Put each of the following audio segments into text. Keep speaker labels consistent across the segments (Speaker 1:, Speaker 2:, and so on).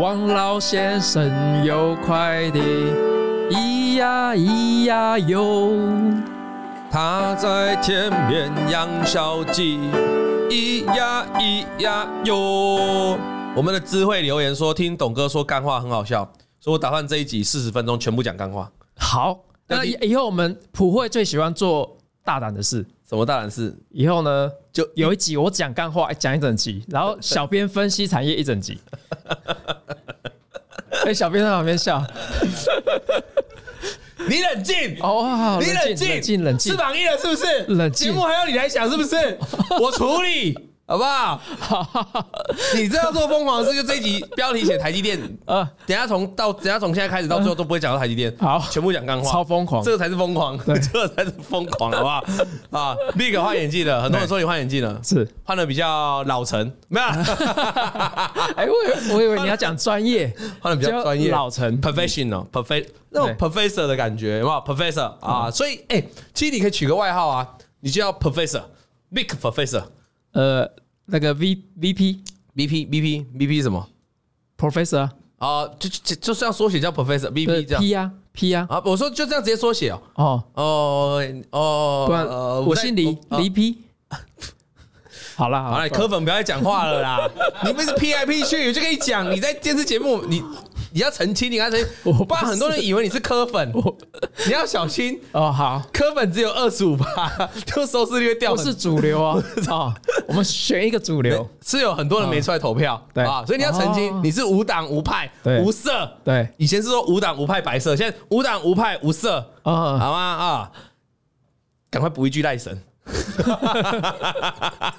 Speaker 1: 王老先生有快递，咿呀咿呀哟，
Speaker 2: 他在田边养小鸡，咿呀咿呀哟。我们的智慧留言说，听董哥说干话很好笑，所以我打算这一集四十分钟全部讲干话。
Speaker 1: 好，那以以后我们普惠最喜欢做大胆的事。
Speaker 2: 什么大胆事？
Speaker 1: 以后呢，
Speaker 2: 就
Speaker 1: 有一集我讲干话，讲一整集，然后小编分析产业一整 集。哎、小编在旁边笑，
Speaker 2: 你冷静，
Speaker 1: 哦，好
Speaker 2: 你
Speaker 1: 冷静，冷静，冷静
Speaker 2: 翅。膀硬了是不是？
Speaker 1: 冷静
Speaker 2: 节目还要你来想是不是？我处理。好 不好？你这样做疯狂的事，就这一集标题写台积电，
Speaker 1: 啊，
Speaker 2: 等一下从到等一下从现在开始到最后都不会讲到台积电，
Speaker 1: 好
Speaker 2: 全部讲干话，
Speaker 1: 超疯狂
Speaker 2: 这个才是疯狂，
Speaker 1: 对
Speaker 2: 这个才是疯狂，好不好？啊，Big 换演技了，很多人说你换演技了，
Speaker 1: 是。
Speaker 2: 换的比较老成，没有啊，
Speaker 1: 哎、我以我以为你要讲专业，
Speaker 2: 换的比较专业，
Speaker 1: 老成
Speaker 2: professional，profess 那种 professor 的感觉，有没有？professor
Speaker 1: 嗯
Speaker 2: 啊，所以哎，其实你可以取个外号啊，你就叫 professor，Big professor，VP
Speaker 1: 呃，那个 V V P
Speaker 2: VP VP 什么？
Speaker 1: Professor
Speaker 2: 啊，就就就是要缩写叫 professor
Speaker 1: 呃
Speaker 2: VP 这样
Speaker 1: P 呀 P 呀，
Speaker 2: 啊，我说就这样直接缩写哦。
Speaker 1: 哦，
Speaker 2: 哦哦，
Speaker 1: 不然
Speaker 2: 呃
Speaker 1: 我姓黎
Speaker 2: 在
Speaker 1: 黎 P。好啦
Speaker 2: 好
Speaker 1: 好啦，
Speaker 2: 了，你柯粉不要再讲话 了啦！你不是 P I P 去，我就跟你讲，你在电视节目，你你要澄清，你刚才
Speaker 1: 我不是
Speaker 2: 不然很多人以为你是柯粉，你要小心，
Speaker 1: 哦好，
Speaker 2: 柯粉只有二十五趴，就收视率会掉
Speaker 1: 不
Speaker 2: 很
Speaker 1: 是主流 啊，哦，我们选一个主流，
Speaker 2: 是有很多人没出来投票
Speaker 1: 对
Speaker 2: 啊，所以你要澄清
Speaker 1: 哦，
Speaker 2: 你是无党无派
Speaker 1: 对
Speaker 2: 无色，
Speaker 1: 对，
Speaker 2: 以前是说无党无派白色，现在无党无派无色，
Speaker 1: 啊，
Speaker 2: 好吗？啊，赶快补一句赖神。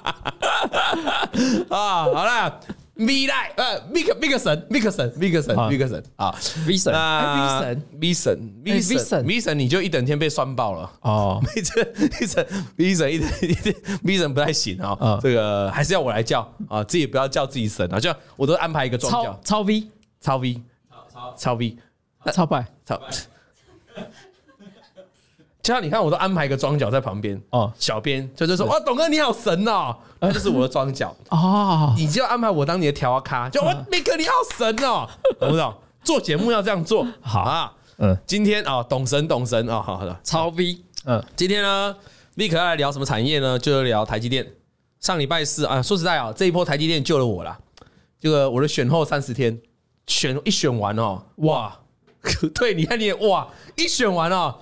Speaker 2: 啊，好啦 v 赖呃，Vic Vic 神，Vic 神，Vic 神
Speaker 1: 好
Speaker 2: ，Vic 神啊，
Speaker 1: V 神哎，V 神
Speaker 2: ，V 神
Speaker 1: 哎
Speaker 2: ，V
Speaker 1: ，Vision
Speaker 2: 神，V 神，你就一整天被酸爆了。
Speaker 1: 哦，
Speaker 2: 一直一直 V 神一直一直 V 神不太行啊、
Speaker 1: 嗯
Speaker 2: 这个还是要我来叫啊，自己不要叫自己神啊，就我都安排一个装
Speaker 1: 超
Speaker 2: 叫
Speaker 1: 超 V
Speaker 2: 超 V 超超 V
Speaker 1: 超白
Speaker 2: 操！就像你看，我都安排一个装脚在旁边
Speaker 1: 哦
Speaker 2: 哦，小编就是说，哇，董哥你好神哦，那就是我的装脚，
Speaker 1: 哦，
Speaker 2: 你就安排我当你的调啊咖，就我那哥你好神哦， 懂不懂？做节目要这样做，
Speaker 1: 好
Speaker 2: 啊，
Speaker 1: 嗯，
Speaker 2: 今天啊，懂神懂神啊，好好的，
Speaker 1: 超 V，嗯，
Speaker 2: 今天呢，立刻要来聊什么产业呢？就是聊台积电。上礼拜四啊，说实在啊，这一波台积电救了我啦。这个我的选后三十天，选一选完哦，哇， 对，你看你也哇，一选完哦，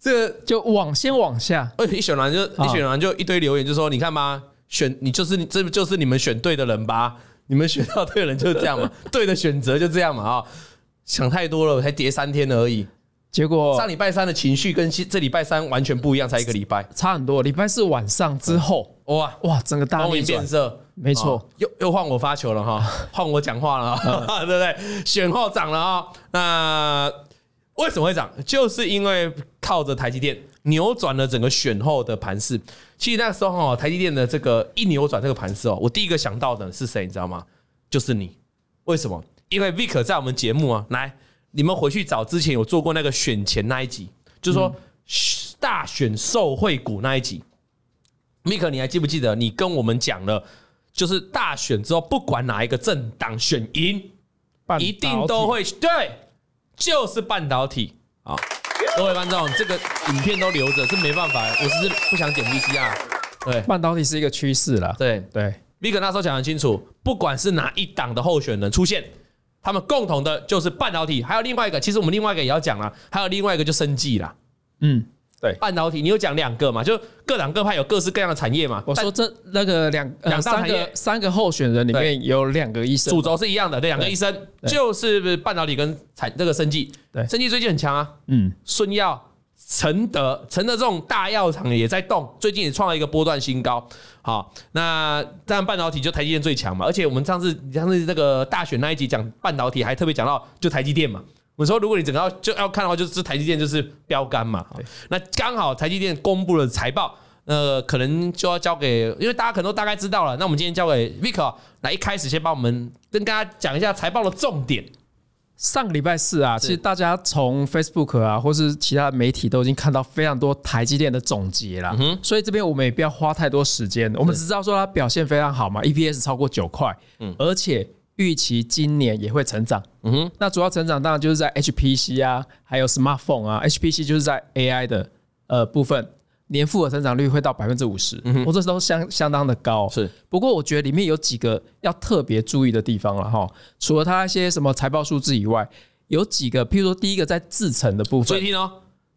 Speaker 2: 这个
Speaker 1: 就往先往下，
Speaker 2: 而且一选完就
Speaker 1: 啊
Speaker 2: 一选完就一堆留言，就说你看吧，选你就是你这就是你们选对的人吧，你们选到对的人就是这 样嘛，对的选择就这样嘛啊、想太多了，我才跌三天而已。
Speaker 1: 结果
Speaker 2: 上礼拜三的情绪跟这礼拜三完全不一样，才一个礼拜，
Speaker 1: 差很多。礼拜四晚上之后，
Speaker 2: 哇！
Speaker 1: 哇，整个大
Speaker 2: 光
Speaker 1: 逆
Speaker 2: 明
Speaker 1: 转
Speaker 2: 变，色，
Speaker 1: 没错
Speaker 2: 啊又又换我发球 了哈，换我讲话了
Speaker 1: 嗯
Speaker 2: 哈， 对不对？选后涨了啊，那为什么会涨？就是因为靠着台积电扭转了整个选后的盘势。其实那时候哦，台积电的这个一扭转这个盘势哦，我第一个想到的是谁，你知道吗？就是你。为什么？因为 Vic 在我们节目啊，来，你们回去找之前有做过那个选前那一集，就是说
Speaker 1: 嗯
Speaker 2: 大选受惠股那一集。Vic，你还记不记得你跟我们讲了，就是大选之后不管哪一个政党选赢，
Speaker 1: 半
Speaker 2: 一定
Speaker 1: 导
Speaker 2: 都
Speaker 1: 体
Speaker 2: 会对，就是半导体啊。各位观众，这个影片都留着是没办法，我只是不想剪 VCR。对
Speaker 1: 半导体是一个趋势啦。
Speaker 2: 对，
Speaker 1: 对，
Speaker 2: Vic 那时候讲得很清楚，不管是哪一党的候选人出现，他们共同的就是半导体，还有另外一个，其实我们另外一个也要讲啦，还有另外一个就生技啦。
Speaker 1: 嗯，
Speaker 2: 半导体，你有讲两个嘛？就各党各派有各式各样的产业嘛。
Speaker 1: 我
Speaker 2: 但
Speaker 1: 说这那个两呃
Speaker 2: 两大
Speaker 1: 三
Speaker 2: 行业
Speaker 1: 个三个候选人里
Speaker 2: 对
Speaker 1: 面有两个医生
Speaker 2: 主
Speaker 1: 嘛，
Speaker 2: 轴是一样的，对，两个
Speaker 1: 对
Speaker 2: 医生就是半导体跟产这个生技，
Speaker 1: 对
Speaker 2: 生技最近很强啊，
Speaker 1: 嗯，
Speaker 2: 顺药、承德、承德这种大药厂也在动，最近也创了一个波段新高。好，那当然半导体就台积电最强嘛，而且我们上次上次那个大选那一集讲半导体，还特别讲到就台积电嘛。我说，如果你整个要就要看的话，就是台积电就是标杆嘛。那刚好台积电公布了财报，呃，可能就要交给，因为大家可能都大概知道了。那我们今天交给 Vic 哦来一开始先帮我们跟大家讲一下财报的重点。
Speaker 1: 上个礼拜四啊，
Speaker 2: 是
Speaker 1: 其实大家从 Facebook 啊，或是其他媒体都已经看到非常多台积电的总结
Speaker 2: 嗯
Speaker 1: 啦，所以这边我们也不要花太多时间，我们只知道说它表现非常好嘛，EPS 超过九块，而且预期今年也会成长。
Speaker 2: 嗯哼，
Speaker 1: 那主要成长当然就是在 HPC 啊，还有 smartphone 啊，HPC 就是在 AI 的呃部分，年复合成长率会到百分之五十，我这都相相当的高。
Speaker 2: 是，
Speaker 1: 不过我觉得里面有几个要特别注意的地方了哈，除了它一些什么财报数字以外，有几个，譬如说第一个在制成的部
Speaker 2: 注意
Speaker 1: 分，
Speaker 2: 听哦。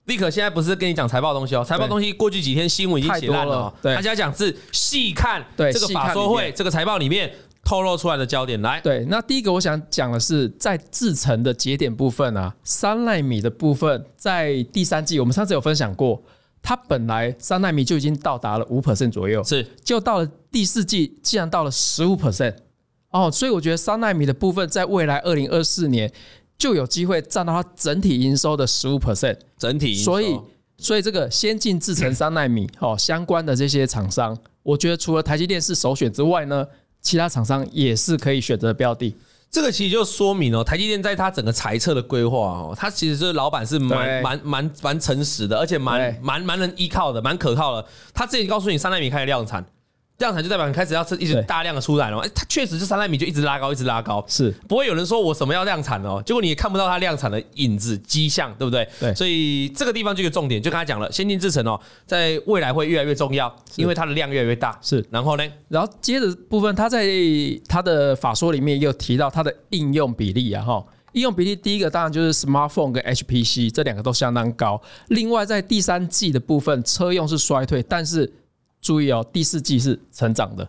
Speaker 2: 立可现在不是跟你讲财报东西哦，财报东西过去几天新闻已经写烂
Speaker 1: 太，多
Speaker 2: 了哦他
Speaker 1: 了对
Speaker 2: 现在讲是细看
Speaker 1: 对
Speaker 2: 这个
Speaker 1: 细看
Speaker 2: 法说
Speaker 1: 里
Speaker 2: 会
Speaker 1: 面
Speaker 2: 这个财报里面透露出来的焦点来。
Speaker 1: 对，那第一个我想讲的是在制成的节点部分啊，三纳米的部分在第三季我们上次有分享过，它本来三纳米就已经到达了五 percent 左右，
Speaker 2: 是
Speaker 1: 就到了第四季，竟然到了十五 percent 哦，所以我觉得三纳米的部分，在未来二零二四年就有机会占到它整体营收的十五 percent，
Speaker 2: 整体营收，
Speaker 1: 所以所以这个先进制程三纳米哦相关的这些厂商，我觉得除了台积电是首选之外呢，其他厂商也是可以选择的标的。
Speaker 2: 这个其实就说明哦，台积电在它整个财测的规划哦，它其实就是老板是蛮
Speaker 1: 对
Speaker 2: 蛮蛮蛮诚实的，而且蛮
Speaker 1: 对
Speaker 2: 蛮蛮能依靠的，蛮可靠的。他之前告诉你三纳米开始量产，量产就代表你开始要一直
Speaker 1: 对
Speaker 2: 大量的出来了嘛。哎，它确实是三纳米就一直拉高，一直拉高。
Speaker 1: 是
Speaker 2: 不会有人说我什么要量产哦，结果你也看不到它量产的影子迹象，对不对？
Speaker 1: 对
Speaker 2: 所以这个地方就有重点，就刚才讲了，先进制程哦，在未来会越来越重要，因为它的量越来越大。
Speaker 1: 是，
Speaker 2: 然后呢，
Speaker 1: 然后接着部分，他在他的法说里面也有提到它的应用比例啊，哈，应用比例第一个当然就是 smartphone 跟 HPC 这两个都相当高。另外在第三季的部分，车用是衰退，但是注意哦，第四季是成长的。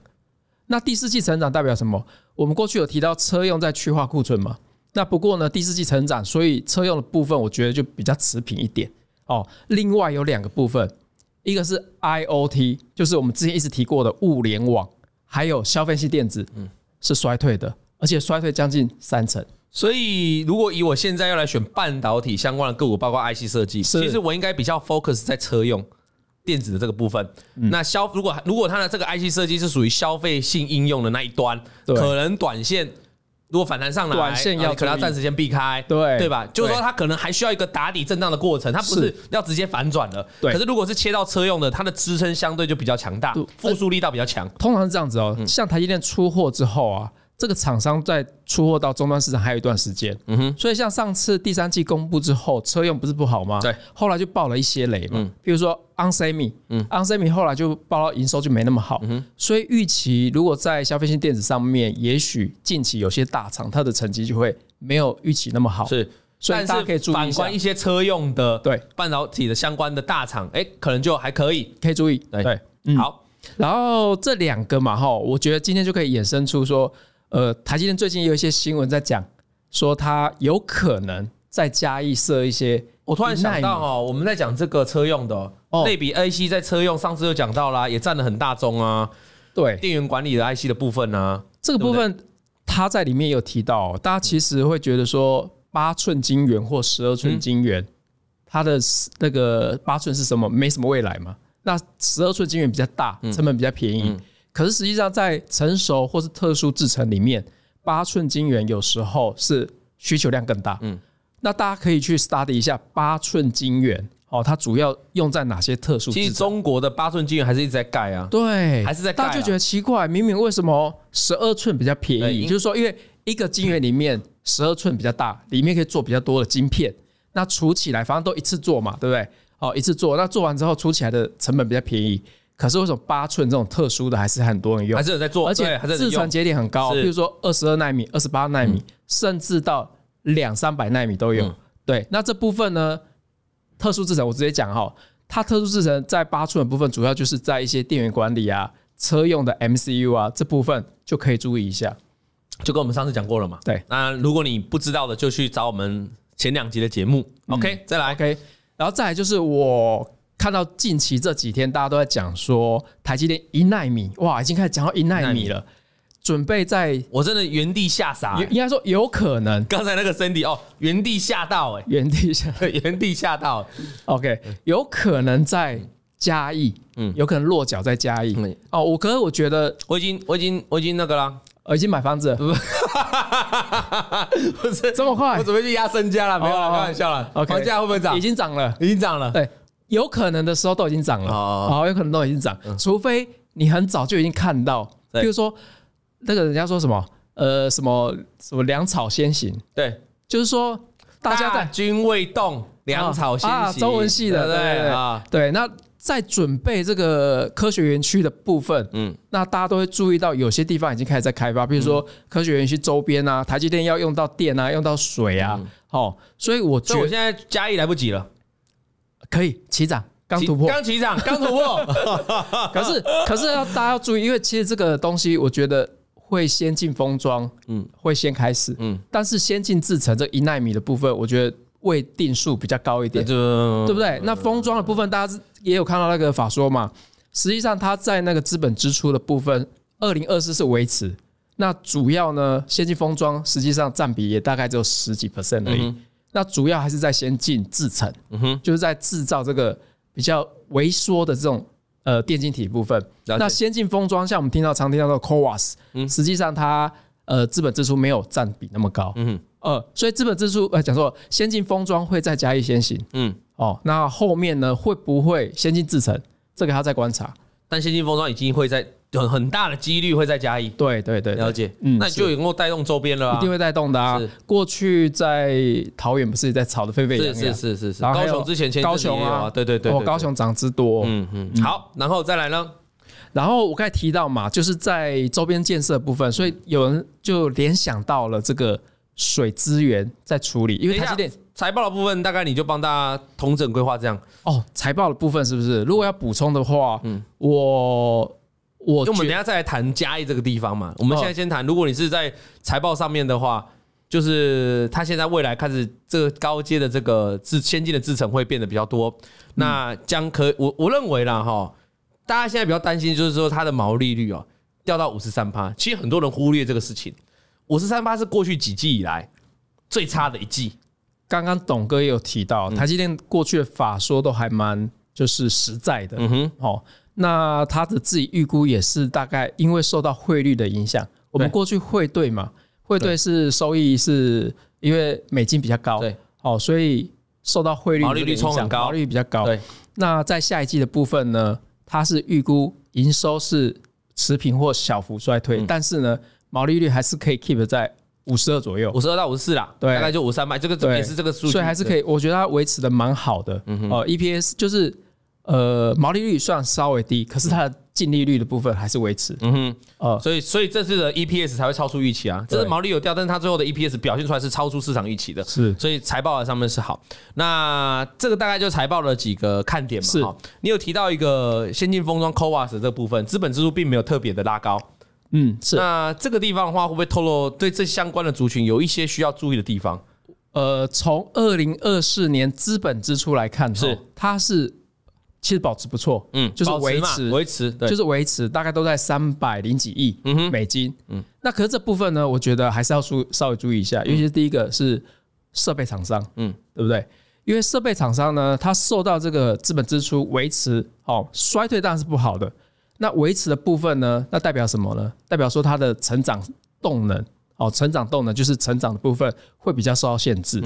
Speaker 1: 那第四季成长代表什么？我们过去有提到车用在去化库存嘛？那不过呢，第四季成长，所以车用的部分我觉得就比较持平一点哦。另外有两个部分，一个是 IOT，就是我们之前一直提过的物联网，还有消费性电子，嗯，是衰退的，而且衰退将近三成。
Speaker 2: 所以如果以我现在要来选半导体相关的个股，包括 IC 设计，
Speaker 1: 是
Speaker 2: 其实我应该比较 focus 在车用。电子的这个部分，
Speaker 1: 嗯
Speaker 2: 那消如果如果它的这个 IC 设计是属于消费性应用的那一端，
Speaker 1: 对
Speaker 2: 可能短线如果反弹上来，
Speaker 1: 短线要
Speaker 2: 啊可能要
Speaker 1: 注意
Speaker 2: 暂时先避开，
Speaker 1: 对
Speaker 2: 对吧？就是说
Speaker 1: 对
Speaker 2: 它可能还需要一个打底震荡的过程，它不是
Speaker 1: 是
Speaker 2: 要直接反转了。
Speaker 1: 对
Speaker 2: 可是如果是切到车用的，它的支撑相对就比较强大
Speaker 1: 对，
Speaker 2: 复苏力道比较强。
Speaker 1: 通常是这样子哦，像台积电出货之后啊，这个厂商在出货到终端市场还有一段时间，嗯哼，所以像上次第三季公布之后，车用不是不好吗？
Speaker 2: 对，
Speaker 1: 后来就爆了一些雷嘛，比如说 onsemi，嗯，onsemi 嗯后来就爆到营收就没那么好，所以预期如果在消费性电子上面，也许近期有些大厂它的成绩就会没有预期那么好，
Speaker 2: 是，
Speaker 1: 所以
Speaker 2: 但
Speaker 1: 大家
Speaker 2: 是
Speaker 1: 可以注意
Speaker 2: 反
Speaker 1: 一下
Speaker 2: 观一，些车用的
Speaker 1: 对，
Speaker 2: 半导体的相关的大厂，哎，可能就还可以。
Speaker 1: 可以注意，
Speaker 2: 对
Speaker 1: 对，
Speaker 2: 好，
Speaker 1: 然后这两个嘛，哈，我觉得今天就可以衍生出说，呃，台积电最近有一些新闻在讲，说它有可能再加一设一些，
Speaker 2: 我突然想到哦，我们在讲这个车用的哦
Speaker 1: 哦
Speaker 2: 类比 IC 在车用上次就讲到啦，也占了很大宗啊，
Speaker 1: 对
Speaker 2: 电源管理的 IC 的部分啊，
Speaker 1: 这个部分，它在里面有提到，大家其实会觉得说，八寸晶圆或十二寸晶圆，它的那个八寸是什么？没什么未来嘛。那十二寸晶圆比较大，成本比较便宜，可是实际上在成熟或是特殊制程里面，八寸晶圆有时候是需求量更大。
Speaker 2: 嗯
Speaker 1: 嗯，那大家可以去 study 一下八寸晶圆哦，它主要用在哪些特殊
Speaker 2: 其
Speaker 1: 制
Speaker 2: 实
Speaker 1: 程？
Speaker 2: 中国的八寸晶圆还是一直在盖啊，
Speaker 1: 对，
Speaker 2: 还是在盖啊
Speaker 1: 大家就觉得奇怪，明明为什么十二寸比较便
Speaker 2: 对
Speaker 1: 宜？
Speaker 2: 因
Speaker 1: 就是说，因为一个晶圆里面十二寸比较大，里面可以做比较多的晶片，那除起来反正都一次做嘛，对不对？哦，一次做，那做完之后除起来的成本比较便宜。可是为什么八寸这种特殊的还是很多人用
Speaker 2: 还？是有在做，
Speaker 1: 而
Speaker 2: 对
Speaker 1: 且
Speaker 2: 还是有在
Speaker 1: 制程
Speaker 2: 用。
Speaker 1: 节点很高，啊
Speaker 2: 是
Speaker 1: 比如说二十二纳米、二十八纳米，甚至到两三百纳米都有
Speaker 2: 嗯。
Speaker 1: 对，那这部分呢，特殊制程我直接讲哈，它特殊制程在八寸的部分，主要就是在一些电源管理啊、车用的 MCU 啊这部分就可以注意一下。
Speaker 2: 就跟我们上次讲过了嘛。
Speaker 1: 对，
Speaker 2: 那如果你不知道的，就去找我们前两集的节目。OK，再来，
Speaker 1: 嗯 OK，然后再来就是我看到近期这几天大家都在讲说台积电一纳米，哇，已经开始讲到一纳米了，准备在
Speaker 2: 我真的原地吓傻、欸
Speaker 1: 应该说有可能
Speaker 2: 刚才那个 Cindy 哦，原地吓到哎、
Speaker 1: 原地下
Speaker 2: 欸， 原地吓到、欸。
Speaker 1: OK，有可能在嘉义，
Speaker 2: 嗯
Speaker 1: 嗯，有可能落脚在嘉义。
Speaker 2: 嗯
Speaker 1: 哦，我可是我觉得
Speaker 2: 我已经，我已经，我已经那个啦，
Speaker 1: 呃已经买房子了，
Speaker 2: 嗯不是，
Speaker 1: 这么快
Speaker 2: 我准备去压身家了，没有啦，
Speaker 1: 哦
Speaker 2: 开玩笑了。
Speaker 1: OK
Speaker 2: 房价会不会涨？
Speaker 1: 已经涨了，
Speaker 2: 已经涨了。
Speaker 1: 对，有可能的时候都已经涨了，
Speaker 2: 哦嗯
Speaker 1: 哦，有可能都已经涨，除非你很早就已经看到，
Speaker 2: 对
Speaker 1: 比如说那个人家说什么。呃什么什么粮草先行，
Speaker 2: 对，
Speaker 1: 就是说大家在
Speaker 2: 军未动，粮草先
Speaker 1: 啊啊
Speaker 2: 行，
Speaker 1: 中文系的
Speaker 2: 对不
Speaker 1: 对对
Speaker 2: 对
Speaker 1: 对
Speaker 2: 啊，
Speaker 1: 对那在准备这个科学园区的部分，
Speaker 2: 嗯，
Speaker 1: 那大家都会注意到有些地方已经开始在开发，比如说科学园区周边啊，台积电要用到电啊，用到水啊，哦，所以我觉
Speaker 2: 嗯所以我
Speaker 1: 得
Speaker 2: 现在加一来不及了，
Speaker 1: 可以起涨，刚突破
Speaker 2: 起。刚起涨，刚突破，
Speaker 1: 可是可是要大家要注意，因为其实这个东西我觉得会先进封装，
Speaker 2: 嗯
Speaker 1: 嗯，会先开始，
Speaker 2: 嗯
Speaker 1: 嗯，但是先进制程这一纳米的部分，我觉得未定数比较高一点，
Speaker 2: 就嗯
Speaker 1: 对不对？那封装的部分，大家也有看到那个法说嘛，实际上它在那个资本支出的部分，二零二四是维持。那主要呢，先进封装实际上占比也大概只有十几 percent 而已。那主要还是在先进制程，
Speaker 2: 嗯哼
Speaker 1: 就是在制造这个比较微缩的这种呃电晶体部分。
Speaker 2: 了解嗯
Speaker 1: 那先进封装，像我们听到常听到的 CoWAS，、实际上它呃资本支出没有占比那么高。
Speaker 2: 嗯
Speaker 1: 嗯，呃，所以资本支出呃讲错了，先进封装会再加一先行。
Speaker 2: 嗯，
Speaker 1: 哦，那后面呢会不会先进制程？这个还要再观察。
Speaker 2: 但先进封装已经会在很很大的几率会在加一，
Speaker 1: 对对对，对
Speaker 2: 了解，
Speaker 1: 嗯
Speaker 2: 那你就能够带动周边了
Speaker 1: 一
Speaker 2: 啊
Speaker 1: 定，会带动的啊
Speaker 2: 是。
Speaker 1: 过去在桃园不是也在吵得沸沸扬
Speaker 2: 是
Speaker 1: 扬，
Speaker 2: 是是是是，
Speaker 1: 然后
Speaker 2: 高
Speaker 1: 还有
Speaker 2: 雄之前前一阵
Speaker 1: 高
Speaker 2: 子也
Speaker 1: 雄
Speaker 2: 有
Speaker 1: 啊，
Speaker 2: 对对对，
Speaker 1: 哦，
Speaker 2: 对
Speaker 1: 高，雄涨之多哦、
Speaker 2: 对嗯嗯，好，然后再来呢，
Speaker 1: 然后我刚才提到嘛，就是在周边建设部分，所
Speaker 2: 嗯
Speaker 1: 以有人就联想到了这个水资源在处理，因为
Speaker 2: 等一
Speaker 1: 台
Speaker 2: 下
Speaker 1: 积电
Speaker 2: 财报的部分大概你就帮大家统整规划这样，
Speaker 1: 哦，财报的部分是不是？如果要补充的话，我我
Speaker 2: 嗯因为我们
Speaker 1: 觉哦
Speaker 2: 等一下再来谈嘉义这个地方嘛。我们现在先谈，如果你是在财报上面的话，就是它现在未来开始这个高阶的这个制先进的制程会变得比较多，那将可我我认为啦哈，大家现在比较担心就是说它的毛利率哦掉到五十三趴，其实很多人忽略这个事情，五十三趴是过去几季以来最差的一季，
Speaker 1: 刚刚董哥也有提
Speaker 2: 嗯
Speaker 1: 到，台积电过去的法说都还蛮就是实在的，
Speaker 2: 嗯哼，
Speaker 1: 哦，那他的自己预估也是大概因为受到汇率的影响，我们
Speaker 2: 对
Speaker 1: 过去汇兑嘛，汇兑是收益是因为美金比较高，
Speaker 2: 对，
Speaker 1: 哦，所以受到汇率
Speaker 2: 毛利
Speaker 1: 的
Speaker 2: 率
Speaker 1: 影响
Speaker 2: 冲很高
Speaker 1: 毛利率比较高。
Speaker 2: 对，
Speaker 1: 那在下一季的部分呢，它是预估营收是持平或小幅衰
Speaker 2: 嗯
Speaker 1: 退，但是呢，毛利率还是可以 keep 在五十二左右
Speaker 2: 五。十二到五十四啦，
Speaker 1: 对
Speaker 2: 大概就五三吧，这个
Speaker 1: 对
Speaker 2: 也是这个数据，嗯
Speaker 1: 所以还是可以，我觉得它维持的蛮好的。哦，EPS 就是呃毛利率虽然稍微低，可是它的净利率的部分还是维持。
Speaker 2: 嗯哼。
Speaker 1: 呃，
Speaker 2: 所以，所以这次的 EPS 才会超出预期啊。这次
Speaker 1: 对
Speaker 2: 毛利有掉，但是它最后的 EPS 表现出来是超出市场预期的，
Speaker 1: 是
Speaker 2: 所以财报上面是好。那这个大概就财报的几个看点嘛。
Speaker 1: 是
Speaker 2: 哈，你有提到一个先进封装 CoWAS 的这部分，资本支出并没有特别的拉高。
Speaker 1: 嗯是
Speaker 2: 那这个地方的话，会不会透露对这相关的族群有一些需要注意的地方？
Speaker 1: 呃，从二零二四年资本支出来看，
Speaker 2: 是
Speaker 1: 哦它是其实保持不错，
Speaker 2: 嗯，
Speaker 1: 就是
Speaker 2: 保
Speaker 1: 维
Speaker 2: 嘛
Speaker 1: 持
Speaker 2: 维持，对，
Speaker 1: 就是维持大概都在三百零几亿美金。嗯，那可是这部分呢，我觉得还是要注稍微注意一下，尤其是第一个是设备厂商，
Speaker 2: 嗯
Speaker 1: 嗯，对不对？因为设备厂商呢，它受到这个资本支出维持哦衰退当然是不好的。那维持的部分呢，那代表什么呢？代表说它的成长动能哦，成长动能就是成长的部分会比较受到限制。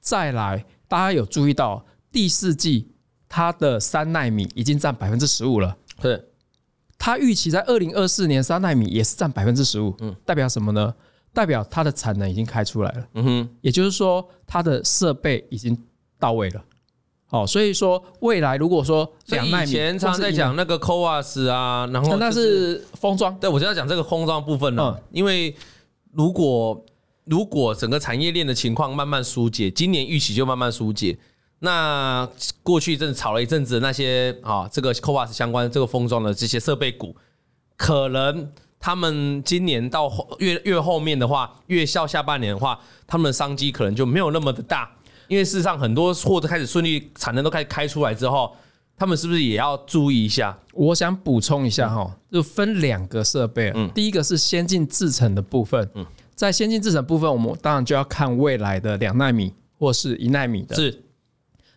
Speaker 1: 再来，大家有注意到第四季它的三纳米已经占百分之十五了。
Speaker 2: 对，
Speaker 1: 它预期在二零二四年三纳米也是占百分之十五，
Speaker 2: 嗯
Speaker 1: 代表什么呢？代表它的产能已经开出来了，
Speaker 2: 嗯哼，
Speaker 1: 也就是说它的设备已经到位了。哦，所以说未来如果说
Speaker 2: 所以
Speaker 1: 两
Speaker 2: 以
Speaker 1: 纳米，
Speaker 2: 前常常在讲那个 CoWAS 啊，然
Speaker 1: 或是一纳
Speaker 2: 后
Speaker 1: 米，那
Speaker 2: 就是
Speaker 1: 封装，
Speaker 2: 对，我就要讲这个空装部分了、
Speaker 1: 嗯
Speaker 2: 因为如果如果整个产业链的情况慢慢疏解，今年预期就慢慢疏解。那过去一阵子炒了一阵子的那些啊，这个 CoWAS 相关这个封装的这些设备股，可能他们今年到后越越后面的话，越到下半年的话，他们的商机可能就没有那么的大，因为事实上很多货都开始顺利，产能都开始开出来之后，他们是不是也要注意一下？
Speaker 1: 我想补充一
Speaker 2: 嗯
Speaker 1: 下哈，就分两个设备，啊第一个是先进制程的部分，
Speaker 2: 嗯
Speaker 1: 在先进制程部分，我们当然就要看未来的两纳米或是一纳米的
Speaker 2: 是，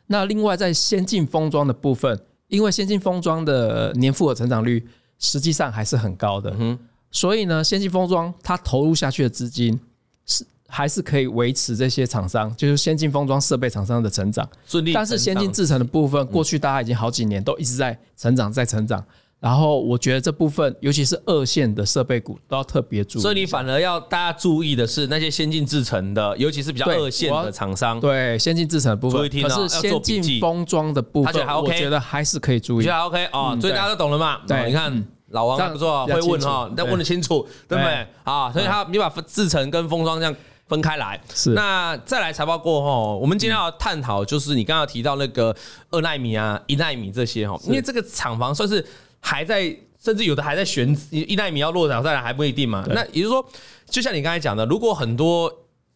Speaker 1: 那另外在先进封装的部分，因为先进封装的年复合成长率实际上还是很高
Speaker 2: 嗯
Speaker 1: 的，所以呢，先进封装它投入下去的资金是还是可以维持这些厂商，就是先进封装设备厂商的成长。
Speaker 2: 顺利成长。
Speaker 1: 但是先进制程的部分，过去大家已经好几年都一直在成长，在成长。然后我觉得这部分，尤其是二线的设备股，都要特别注意。
Speaker 2: 所以你反而要大家注意的是那些先进制程的，尤其是比较
Speaker 1: 对
Speaker 2: 二线
Speaker 1: 我
Speaker 2: 的
Speaker 1: 要
Speaker 2: 厂商。
Speaker 1: 对先进制程的部
Speaker 2: 注意
Speaker 1: 分，
Speaker 2: 听哦
Speaker 1: 可是
Speaker 2: 要做
Speaker 1: 先
Speaker 2: 笔记
Speaker 1: 进封装的部
Speaker 2: 他觉得
Speaker 1: 分，
Speaker 2: 还
Speaker 1: 我
Speaker 2: OK
Speaker 1: 觉得还是可以注
Speaker 2: 我
Speaker 1: 意
Speaker 2: 觉。得还 OK 哦，所以大家都懂了嘛。
Speaker 1: 嗯对
Speaker 2: 哦你看老王还不错，
Speaker 1: 这样
Speaker 2: 会
Speaker 1: 比较清
Speaker 2: 问
Speaker 1: 楚
Speaker 2: 哈，但
Speaker 1: 对
Speaker 2: 问得清楚，对不对
Speaker 1: 对？
Speaker 2: 啊，所以他你把制程跟封装这样分开来。
Speaker 1: 嗯是
Speaker 2: 那再来财报过后，我们今天要探讨就是你刚刚有提到那个二纳米啊、一纳米这些哈，因为这个厂房算是还在，甚至有的还在选一纳米要落脚再来还不一定嘛。
Speaker 1: 对
Speaker 2: 那也就是说，就像你刚才讲的，如果很多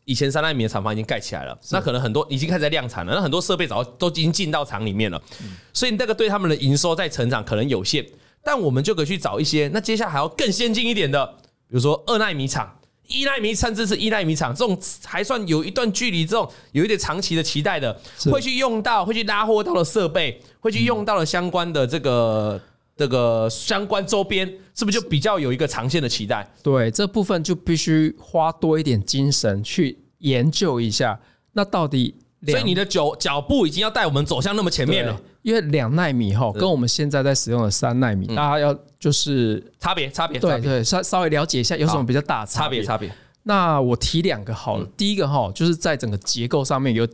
Speaker 2: 以前三纳米的厂房已经盖起来了，那可能很多已经开始在量产了，那很多设备早都已经进到厂里面了，
Speaker 1: 嗯
Speaker 2: 所以那个对他们的营收在成长可能有限，但我们就可以去找一些那接下来还要更先进一点的，比如说二纳米厂。一纳米甚至是一纳米厂这种还算有一段距离，这种有一点长期的期待的，
Speaker 1: 是
Speaker 2: 会去用到，会去拉货到的设备，会去用到了相关的这个这个相关周边，是不是就比较有一个长线的期待？
Speaker 1: 对这部分就必须花多一点精神去研究一下，那到底
Speaker 2: 所
Speaker 1: 两
Speaker 2: 以你的脚脚步已经要带我们走向那么前面了
Speaker 1: 对，因为两纳米哈
Speaker 2: 是
Speaker 1: 跟我们现在在使用的三纳米，大家要就是
Speaker 2: 差别差别差
Speaker 1: 对
Speaker 2: 别
Speaker 1: 对稍稍微了解一下有什
Speaker 2: 好
Speaker 1: 么比较大的
Speaker 2: 差
Speaker 1: 差
Speaker 2: 别嗯
Speaker 1: 别。
Speaker 2: 差别，
Speaker 1: 那我提两个好了，第一个哈就是在整个结构上面有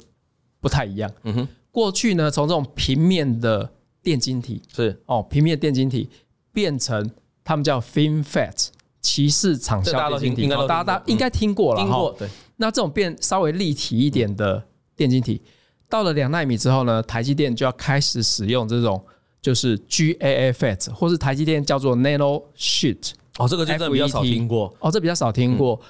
Speaker 1: 不太一样。
Speaker 2: 嗯哼，
Speaker 1: 过去呢，从这种平面的电晶体
Speaker 2: 是
Speaker 1: 哦，平面电晶体变成他们叫 FinFET 骑士场
Speaker 2: 这大家
Speaker 1: 效
Speaker 2: 都
Speaker 1: 电晶
Speaker 2: 听应
Speaker 1: 体，
Speaker 2: 该都
Speaker 1: 哦大家大
Speaker 2: 听过嗯
Speaker 1: 应该听过了哈。
Speaker 2: 经过对
Speaker 1: 那这种变稍微立体一点的电晶体，到了两纳米之后呢，台积电就要开始使用这种就是 GAAFET，或是台积电叫做 Nano Sheet。
Speaker 2: 哦，这个就真的比较少
Speaker 1: FET
Speaker 2: 听过，
Speaker 1: 哦，这比较少听过。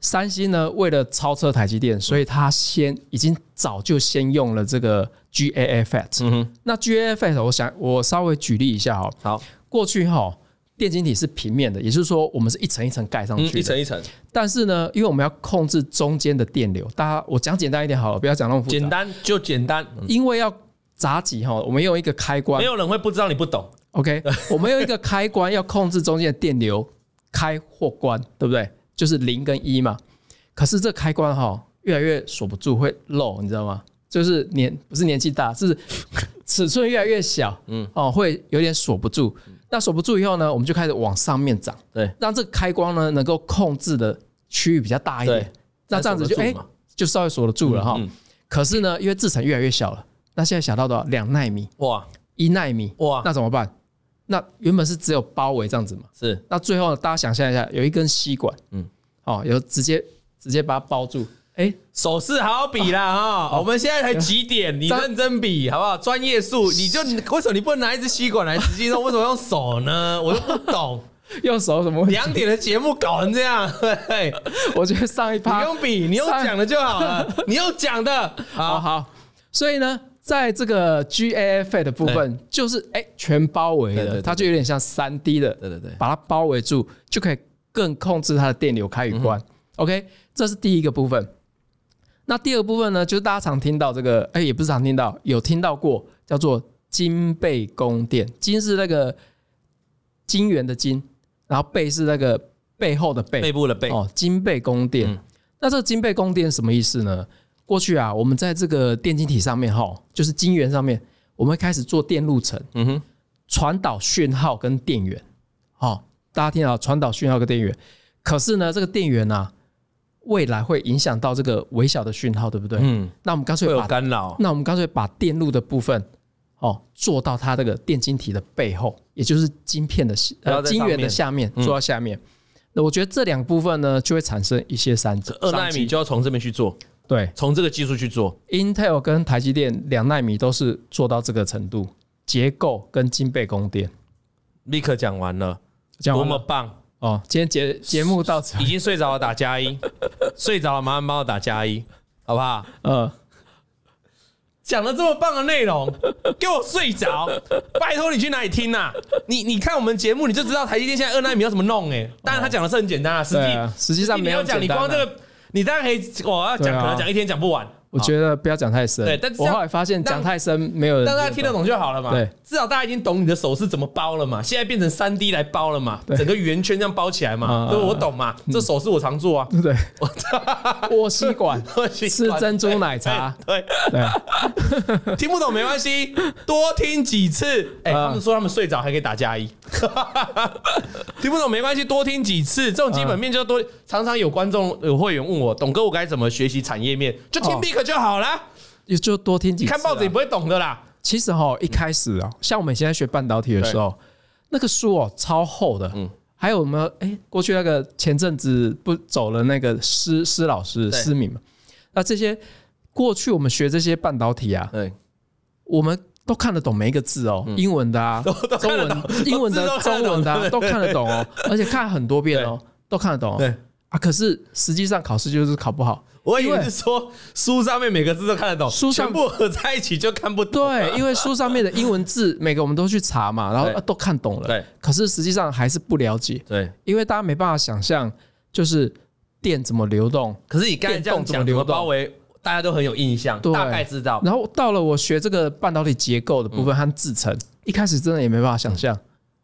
Speaker 1: 三星呢，为了超车台积电，所以它先已经早就先用了这个 GAAFET。
Speaker 2: 嗯哼，
Speaker 1: 那 GAAFET，我想我稍微举例一下哈，
Speaker 2: 好，
Speaker 1: 过去哈。电晶体是平面的，也就是说我们是一层一层盖上
Speaker 2: 嗯，
Speaker 1: 去的。
Speaker 2: 一层一层，
Speaker 1: 但是呢，因为我们要控制中间的电流，大家我讲简单一点好了，不要讲那么复杂。
Speaker 2: 简，单就简单，嗯
Speaker 1: 因为要闸极哈，我们用一个开关
Speaker 2: 没有人会不知道你不懂，
Speaker 1: ，OK，我们用一个开关要控制中间的电流开或关，对不对？就是零跟一嘛。可是这开关哈，越来越锁不住，会漏，你知道吗？就是年不是年纪大，是 尺寸越来越小，嗯，哦，会有点锁不住。那锁不住以后呢，我们就开始往上面长，
Speaker 2: 对，
Speaker 1: 让这个开关呢能够控制的区域比较大一
Speaker 2: 对
Speaker 1: 点。哎那这样子就哎、
Speaker 2: 哎，
Speaker 1: 就稍微锁得住了哈。
Speaker 2: 嗯嗯
Speaker 1: 可是呢，因为制程越来越小了，那现在小到多少？两纳米、
Speaker 2: 哇
Speaker 1: 一纳米，
Speaker 2: 哇，
Speaker 1: 那怎么办？那原本是只有包围这样子嘛，
Speaker 2: 是
Speaker 1: 那最后呢大家想象一下，有一根吸管，
Speaker 2: 嗯
Speaker 1: 嗯，哦，有直接直接把它包住，哎、
Speaker 2: 手势好好比啦哈，我们现在才几点？你
Speaker 1: 这
Speaker 2: 认真比好不好？专业术，你就为什么你不能拿一支吸管来直接弄？为什么用手 呢？我就不懂。
Speaker 1: 用手什么？
Speaker 2: 两点的节目搞成这样， 嘿
Speaker 1: 我觉得上一
Speaker 2: 你不
Speaker 1: 趴，
Speaker 2: 用比，你用讲的就好了，你用讲的
Speaker 1: 好
Speaker 2: 好。
Speaker 1: 哦好，所以呢，在这个 GAF 的部分，就是哎、全包围
Speaker 2: 对对对
Speaker 1: 了，它就有点像三 D 的，
Speaker 2: 对对对，
Speaker 1: 把它包围住，就可以更控制它的电流开与关。OK，这是第一个部分。那第二部分呢，就是大家常听到这个，哎、也不是常听到，有听到过叫做金贝宫殿，金是那个金元的金，然后贝是那个背后的背，
Speaker 2: 背部的背，
Speaker 1: 哦，金贝宫殿。
Speaker 2: 嗯
Speaker 1: 那这个金贝宫殿什么意思呢？过去啊，我们在这个电晶体上面哈，就是晶圆上面，我们会开始做电路层，
Speaker 2: 嗯哼，
Speaker 1: 传导讯号跟电源。哦，大家听到传导讯号跟电源，啊可是呢，这个电源呢、啊，未来会影响到这个微小的讯号，对不对？
Speaker 2: 嗯，
Speaker 1: 那我们干
Speaker 2: 会
Speaker 1: 脆
Speaker 2: 有
Speaker 1: 把
Speaker 2: 干扰，
Speaker 1: 那我们干脆把电路的部分哦做到它这个电晶体的背后，也就是晶片的下
Speaker 2: 不要
Speaker 1: 呃
Speaker 2: 在上
Speaker 1: 晶
Speaker 2: 面
Speaker 1: 圆的下面
Speaker 2: 嗯
Speaker 1: 做到下面。那我觉得这两部分呢，就会产生一些三折。
Speaker 2: 二纳
Speaker 1: 商
Speaker 2: 米
Speaker 1: 机
Speaker 2: 就要从这边去做，
Speaker 1: 对
Speaker 2: 从这个技术去做，
Speaker 1: ，Intel 跟台积电两纳米都是做到这个程度，结构跟晶贝供电。
Speaker 2: 立刻讲完了，
Speaker 1: 讲
Speaker 2: 多
Speaker 1: 完
Speaker 2: 么
Speaker 1: 了
Speaker 2: 棒！
Speaker 1: 哦，今天节节目到此
Speaker 2: 已，经睡着了打加 一，睡着了麻烦帮我打加一，好不好？
Speaker 1: 呃，
Speaker 2: 讲了这么棒的内 容，给我睡着！拜托你去哪里听呐、你你看我们节目，你就知道台积电现在二纳米要怎么弄哎、当然他讲的是很简单啊，实际、
Speaker 1: 对啊实际上
Speaker 2: 你
Speaker 1: 没有
Speaker 2: 要讲，你
Speaker 1: 简单啊
Speaker 2: 光这个，你当然可以，我要
Speaker 1: 对
Speaker 2: 讲、
Speaker 1: 啊
Speaker 2: 可能讲一天讲不完，
Speaker 1: 我觉得不要讲太深。
Speaker 2: 对但是这
Speaker 1: 我
Speaker 2: 样
Speaker 1: 后来发现
Speaker 2: 让
Speaker 1: 讲太深没有人
Speaker 2: 让大家听得懂就好了嘛。
Speaker 1: 对，
Speaker 2: 至少大家已经懂你的手是怎么包了嘛。现在变成三 D 来包了嘛，整个圆圈这样包起来嘛，
Speaker 1: 嗯
Speaker 2: 对，我懂嘛。这手势我常做啊，
Speaker 1: 懂， 对，我吸 管
Speaker 2: 我习
Speaker 1: 是
Speaker 2: 惯
Speaker 1: 珍珠奶茶，
Speaker 2: 对，
Speaker 1: 对，
Speaker 2: 听不懂没关系，多听几次。哎，
Speaker 1: 嗯
Speaker 2: 他们说他们睡着还可以打加一， 听不懂没关系，多听几次。这种基本面就多。常常有观众有会员问我，董哥，我该怎么学习产业面？就听
Speaker 1: 哦
Speaker 2: Big 就好啦，
Speaker 1: 也就多听几
Speaker 2: 你
Speaker 1: 次啊。
Speaker 2: 看报纸也不会懂的啦。
Speaker 1: 其实哈，一开始啊，像我们现在学半导体的时候，那个书哦超厚的，嗯，还有我们哎、过去那个前阵子不走了那个施施老师
Speaker 2: 对
Speaker 1: 施敏嘛，那这些过去我们学这些半导体啊，
Speaker 2: 对，
Speaker 1: 我们都看得懂每一个字
Speaker 2: 嗯
Speaker 1: 哦，英文的 啊，中文英文
Speaker 2: 都
Speaker 1: 的、中
Speaker 2: 看得懂
Speaker 1: 文的
Speaker 2: 对
Speaker 1: 啊都看得 懂哦，而且看很多遍哦，都看得懂、哦，
Speaker 2: 对
Speaker 1: 啊，可是实际上考试就是考不好。
Speaker 2: 我以为
Speaker 1: 因为
Speaker 2: 是说书上面每个字都看得懂，
Speaker 1: 书上
Speaker 2: 全部合在一起就看不懂。
Speaker 1: 对， 因为书上面的英文字，每个我们都去查嘛，然后
Speaker 2: 对
Speaker 1: 啊都看懂了，
Speaker 2: 对，
Speaker 1: 可是实际上还是不了解，
Speaker 2: 对，
Speaker 1: 因为大家没办法想象，就是电怎么流动。
Speaker 2: 可是你刚才这
Speaker 1: 电
Speaker 2: 样
Speaker 1: 动怎
Speaker 2: 讲，
Speaker 1: 么
Speaker 2: 怎
Speaker 1: 流
Speaker 2: 么
Speaker 1: 动
Speaker 2: 包围大家都很有印象，
Speaker 1: 对
Speaker 2: 大概知道。
Speaker 1: 然后到了我学这个半导体结构的部分和制
Speaker 2: 嗯
Speaker 1: 程，一开始真的也没办法想象，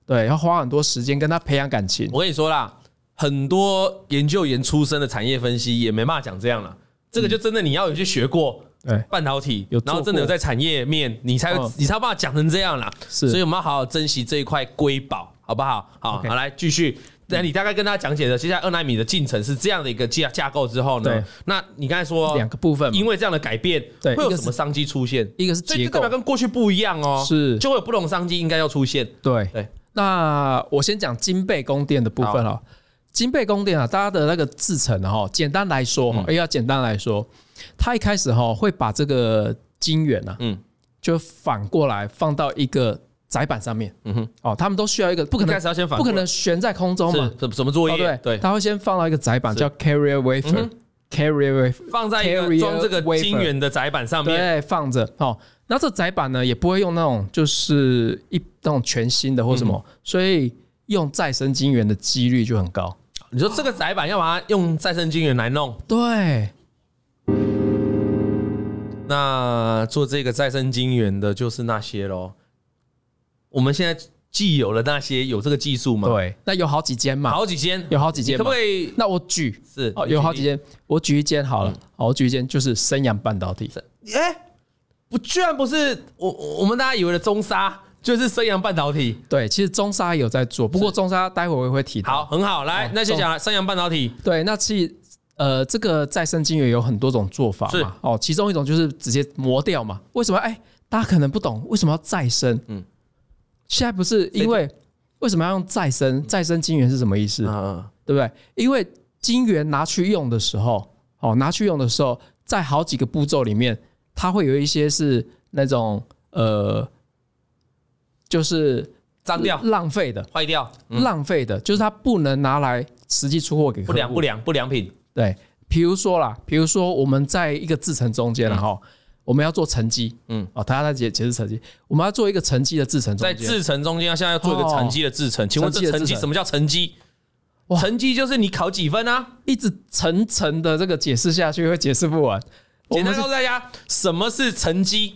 Speaker 1: 对，要花很多时间跟他培养感情。
Speaker 2: 我跟你说啦，很多研究员出身的产业分析也没办法讲这样了，这个就真的你要有去学过。
Speaker 1: 对，
Speaker 2: 半导体
Speaker 1: 有，做
Speaker 2: 然后真的有
Speaker 1: 过
Speaker 2: 在产业面，你才
Speaker 1: 嗯
Speaker 2: 你才有办法讲成这样啦。
Speaker 1: 是
Speaker 2: 所以我们要好好珍惜这一块瑰宝，好不好？好，
Speaker 1: OK
Speaker 2: 好来继续。那你大概跟大家讲解的，接下来二纳米的进程是这样的一个架架构之后呢
Speaker 1: 对，
Speaker 2: 那你刚才说
Speaker 1: 两个部分嘛
Speaker 2: 因为这样的改变，
Speaker 1: 对
Speaker 2: 会有
Speaker 1: 一个
Speaker 2: 什么
Speaker 1: 是
Speaker 2: 商机出现？
Speaker 1: 一个是
Speaker 2: 所以
Speaker 1: 结
Speaker 2: 这代
Speaker 1: 构
Speaker 2: 表，跟过去不一样哦，
Speaker 1: 是
Speaker 2: 就会有不同商机应该要出现。
Speaker 1: 对
Speaker 2: 对。
Speaker 1: 那我先讲金贝宫殿的部分哦。金贝宫殿啊，大家的那个制成哈，简单来说哈，
Speaker 2: 嗯
Speaker 1: 要简单来说，它一开始哈会把这个金元啊，
Speaker 2: 嗯
Speaker 1: 嗯，就反过来放到一个载板上面，嗯哼，哦，他们都需要一个不可
Speaker 2: 一
Speaker 1: 能
Speaker 2: 开始要先反
Speaker 1: 不
Speaker 2: 过
Speaker 1: 可能悬在空中嘛
Speaker 2: 是，怎怎么作
Speaker 1: 哦
Speaker 2: 业？
Speaker 1: 对，他会先放到一个载板叫 carrier
Speaker 2: 嗯
Speaker 1: wafer，carrier wafer
Speaker 2: 放在一个
Speaker 1: Carrier
Speaker 2: 装这个
Speaker 1: wafer
Speaker 2: 晶圆的载板上面，
Speaker 1: 对，放着哦。那这窄板呢，也不会用那种就是一那种全新的或
Speaker 2: 嗯
Speaker 1: 什么，所以用再生晶圆的几率就很高。
Speaker 2: 你说这个窄板要把它用再生晶圆来弄，
Speaker 1: 对，
Speaker 2: 那做这个再生晶圆的就是那些咯。我们现在既有了那些有这个技术嘛，，
Speaker 1: 对，那有好几间嘛，
Speaker 2: 好几间，
Speaker 1: 有好几
Speaker 2: 你
Speaker 1: 间
Speaker 2: 可
Speaker 1: 嘛
Speaker 2: 不。可以？
Speaker 1: 那我举
Speaker 2: 是
Speaker 1: 哦，有好几
Speaker 2: 间，
Speaker 1: 间，我举一间好了，
Speaker 2: 嗯
Speaker 1: 好，我举一间就是生阳半导体，
Speaker 2: 哎，不，居然不是我我我们大家以为的中沙，就是升阳半导体。
Speaker 1: 对，其实中沙也有在做，不过中沙待会我也会提到。
Speaker 2: 好，很好，来
Speaker 1: 哦，
Speaker 2: 那先讲升阳半导体，
Speaker 1: 对，那其实呃，这个再生晶圆有很多种做法
Speaker 2: 是
Speaker 1: 嘛，哦，其中一种就是直接磨掉嘛。为什么？哎，大家可能不懂为什么要再生？
Speaker 2: 嗯
Speaker 1: 嗯，现在不是因为为什么要用再生？再生晶圆是什么意思？
Speaker 2: 嗯，
Speaker 1: 对不对？因为晶圆拿去用的时候，哦，拿去用的时候，在好几个步骤里面，它会有一些是那种呃，就是
Speaker 2: 脏掉、
Speaker 1: 浪费的，
Speaker 2: 坏掉、
Speaker 1: 浪费的，就是它不能拿来实际出货给
Speaker 2: 不
Speaker 1: 客
Speaker 2: 良、
Speaker 1: 户
Speaker 2: 不。良、不良品，
Speaker 1: 对，比如说啦，比如说我们在一个制程中间了啊哈，我们要做沉积，
Speaker 2: 嗯
Speaker 1: 嗯，哦，大家在解解释沉积，我们要做一个沉积的制程
Speaker 2: 在
Speaker 1: 中间，哦
Speaker 2: 制程中间，现在要做一个成绩的制程。请问这
Speaker 1: 成绩的
Speaker 2: 成
Speaker 1: 制
Speaker 2: 绩
Speaker 1: 程
Speaker 2: 什么叫成绩？
Speaker 1: 哇
Speaker 2: 成绩就是你考几分啊？
Speaker 1: 一直层层的这个解释下去会解释不完。我
Speaker 2: 简
Speaker 1: 们
Speaker 2: 单
Speaker 1: 是
Speaker 2: 告诉大家，什么是沉积？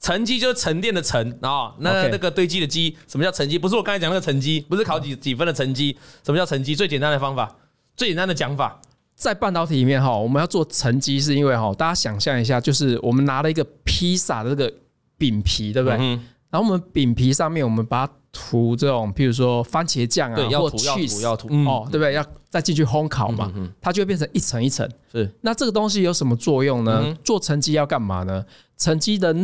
Speaker 2: 沉积就是沉淀的沉啊、那
Speaker 1: OK
Speaker 2: 那个堆积的积，什么叫沉积？不是我刚才讲那个沉积，不是考几几分的沉积。什么叫沉积？最简单的方法，最简单的讲法，
Speaker 1: 在半导体里面哈，我们要做沉积，是因为哈，大家想象一下，就是我们拿了一个披萨的这个饼皮，对不对？
Speaker 2: 嗯
Speaker 1: 然后我们饼皮上面我们把它涂这种，譬如说番茄酱啊，
Speaker 2: 对，要
Speaker 1: 或
Speaker 2: 涂要
Speaker 1: cheese
Speaker 2: 涂要涂，嗯，
Speaker 1: 哦，对不对？要再进去烘烤嘛，它就会变成一层一层。
Speaker 2: 是
Speaker 1: 那这个东西有什么作用呢？
Speaker 2: 嗯
Speaker 1: 做沉积要干嘛呢？沉积的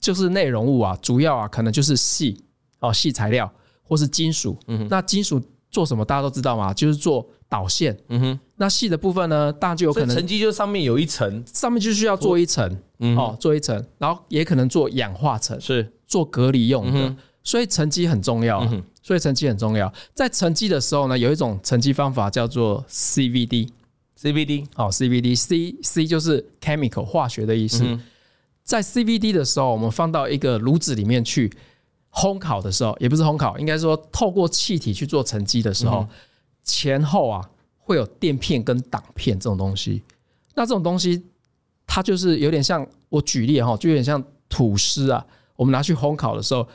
Speaker 1: 就是内容物啊，主要啊可能就是细哦细材料或是金属。
Speaker 2: 嗯
Speaker 1: 那金属做什么大家都知道嘛，就是做导线。
Speaker 2: 嗯哼。
Speaker 1: 那细的部分呢，当然就有
Speaker 2: 所
Speaker 1: 可
Speaker 2: 以
Speaker 1: 能
Speaker 2: 沉积就是上面有一层，
Speaker 1: 上面就需要做一层、
Speaker 2: 嗯，
Speaker 1: 哦，做一层，然后也可能做氧化层。
Speaker 2: 是
Speaker 1: 做隔离用的，
Speaker 2: 嗯哼嗯
Speaker 1: 所以成绩很重要啊、
Speaker 2: 哼
Speaker 1: 所以成绩很重要。在成绩的时候呢，有一种成绩方法叫做 CVD，
Speaker 2: CBD，
Speaker 1: 哦，CVD，C C 就是 chemical 化学的意思。
Speaker 2: 嗯
Speaker 1: 在 CVD 的时候，我们放到一个炉子里面去烘烤的时候，也不是烘烤，应该说透过气体去做沉积的时候，
Speaker 2: 嗯
Speaker 1: 前后啊会有垫片跟挡片这种东西。那这种东西它就是有点像我举例哈，就有点像吐司啊，我们拿去烘烤的时候，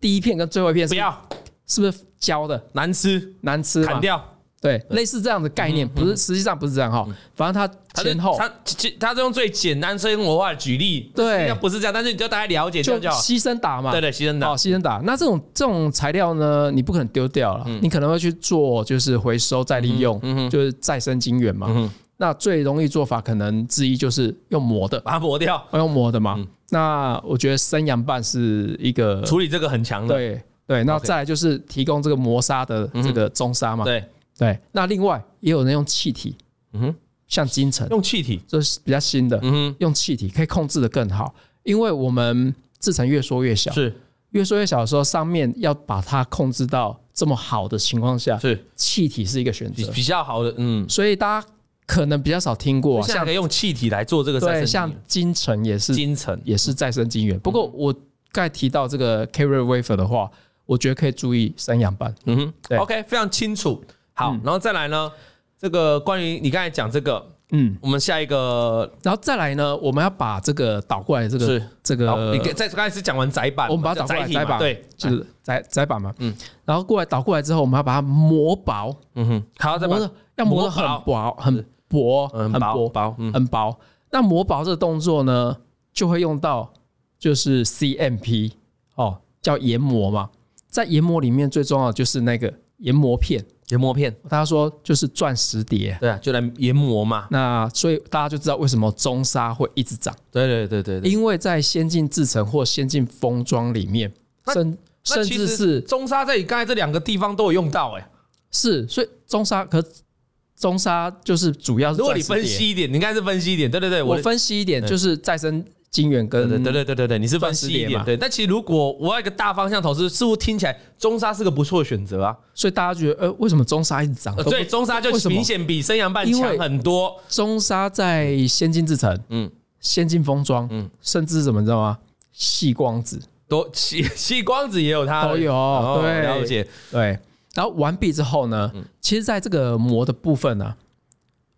Speaker 1: 第一片跟最后一片
Speaker 2: 不
Speaker 1: 是
Speaker 2: 要
Speaker 1: 是不是焦的
Speaker 2: 难吃，
Speaker 1: 难吃嘛
Speaker 2: 砍掉。嗯
Speaker 1: 对，类似这样的概念，不是实际上不是这样哈，反正它
Speaker 2: 他是
Speaker 1: 前后
Speaker 2: 他其他是用最简单生活化的举例，
Speaker 1: 对
Speaker 2: 应该不是这样，但是你就大概了解这
Speaker 1: 就
Speaker 2: 样就好。
Speaker 1: 牺牲打嘛，
Speaker 2: 对对，牺牲
Speaker 1: 哦，
Speaker 2: 的，
Speaker 1: 牺牲打。那这种这种材料呢，你不可能丢掉
Speaker 2: 嗯
Speaker 1: 了，你可能会去做就是回收再利用，就是再生晶圆嘛。
Speaker 2: 嗯哼，
Speaker 1: 那最容易做法可能之一就是用磨的，哦
Speaker 2: 把它磨掉，
Speaker 1: 用磨的
Speaker 2: 嗯
Speaker 1: 嘛。那我觉得生阳半是一个
Speaker 2: 处理这个很强的，
Speaker 1: 对对，那
Speaker 2: OK 嗯
Speaker 1: 再来就是提供这个磨砂的这个中砂嘛。
Speaker 2: 对，
Speaker 1: 对，那另外也有人用气体，
Speaker 2: 嗯哼，
Speaker 1: 像金城，
Speaker 2: 用气体，
Speaker 1: 这是比较新的，
Speaker 2: 嗯哼，
Speaker 1: 用气体可以控制的更好，因为我们制成越缩越小，
Speaker 2: 是
Speaker 1: 越缩越小的时候，上面要把它控制到这么好的情况下，
Speaker 2: 是
Speaker 1: 气体是一个选
Speaker 2: 比
Speaker 1: 择，
Speaker 2: 比较好的，嗯，
Speaker 1: 所以大家可能比较少听过啊，
Speaker 2: 现在
Speaker 1: 像
Speaker 2: 可以用气体来做这个再
Speaker 1: 对，
Speaker 2: 生
Speaker 1: 像
Speaker 2: 能
Speaker 1: 金城也是
Speaker 2: 源金嗯层，
Speaker 1: 也是再生晶圆。不过我刚才提到这个 carrier wafer 的话，我觉得可以注意三氧半。
Speaker 2: 嗯哼
Speaker 1: 对嗯
Speaker 2: ，OK，非常清楚。好，然后再来呢，这个关于你刚才讲这个，
Speaker 1: 嗯，
Speaker 2: 我们下一个
Speaker 1: 然后再来呢，我们要把这个倒过来，这个
Speaker 2: 是
Speaker 1: 这
Speaker 2: 好，
Speaker 1: 个
Speaker 2: 你给再刚才是讲完窄板嘛，
Speaker 1: 呃我们把它倒
Speaker 2: 叫
Speaker 1: 过来
Speaker 2: 体嘛
Speaker 1: 窄板
Speaker 2: 对，
Speaker 1: 就是窄窄板嘛，
Speaker 2: 嗯
Speaker 1: 嗯，然后过来倒过来之后，我们要把它磨薄，
Speaker 2: 嗯哼，好，再把
Speaker 1: 磨的要磨的
Speaker 2: 磨
Speaker 1: 很
Speaker 2: 薄
Speaker 1: 薄，很薄，
Speaker 2: 嗯
Speaker 1: 哦很
Speaker 2: 薄
Speaker 1: 薄，
Speaker 2: 薄，嗯
Speaker 1: 很薄。那磨薄这个动作呢，就会用到就是 CMP 哦，叫研磨嘛。在研磨里面最重要的就是那个研磨片，
Speaker 2: 研磨片，
Speaker 1: 大家说就是钻石碟。
Speaker 2: 对啊，就来研磨嘛，
Speaker 1: 那所以大家就知道为什么中沙会一直涨，
Speaker 2: 对对对对对。
Speaker 1: 因为在先进制成或先进封装里面，
Speaker 2: 那
Speaker 1: 甚
Speaker 2: 那
Speaker 1: 甚
Speaker 2: 其
Speaker 1: 至
Speaker 2: 实
Speaker 1: 是
Speaker 2: 中沙这里，刚才这两个地方都有用到哎、
Speaker 1: 是，所以中沙可中沙就是主要是
Speaker 2: 如果
Speaker 1: 钻
Speaker 2: 你
Speaker 1: 石碟。
Speaker 2: 分析一点，你应该是分析一点，对对对，
Speaker 1: 我
Speaker 2: 我
Speaker 1: 分析一点，
Speaker 2: 对
Speaker 1: 就是再生晶圆跟
Speaker 2: 对对对对对对，你是分析一
Speaker 1: 钻石碟
Speaker 2: 点
Speaker 1: 嘛
Speaker 2: 对。但其实如果我要一个大方向投资，似乎听起来中沙是个不错的选择啊。
Speaker 1: 所以大家觉得，呃，为什么中沙一直涨？
Speaker 2: 呃对，中沙就
Speaker 1: 为什么
Speaker 2: 明显比升阳半强很多。
Speaker 1: 中沙在先进制程、
Speaker 2: 嗯，
Speaker 1: 先进封装，
Speaker 2: 嗯
Speaker 1: 嗯，甚至是什么，你知道吗？细光子，
Speaker 2: 多 细细光子也有它的
Speaker 1: 都有
Speaker 2: 哦
Speaker 1: 对
Speaker 2: 了解。
Speaker 1: 对。然后完毕之后呢，
Speaker 2: 嗯
Speaker 1: 其实在这个膜的部分呢、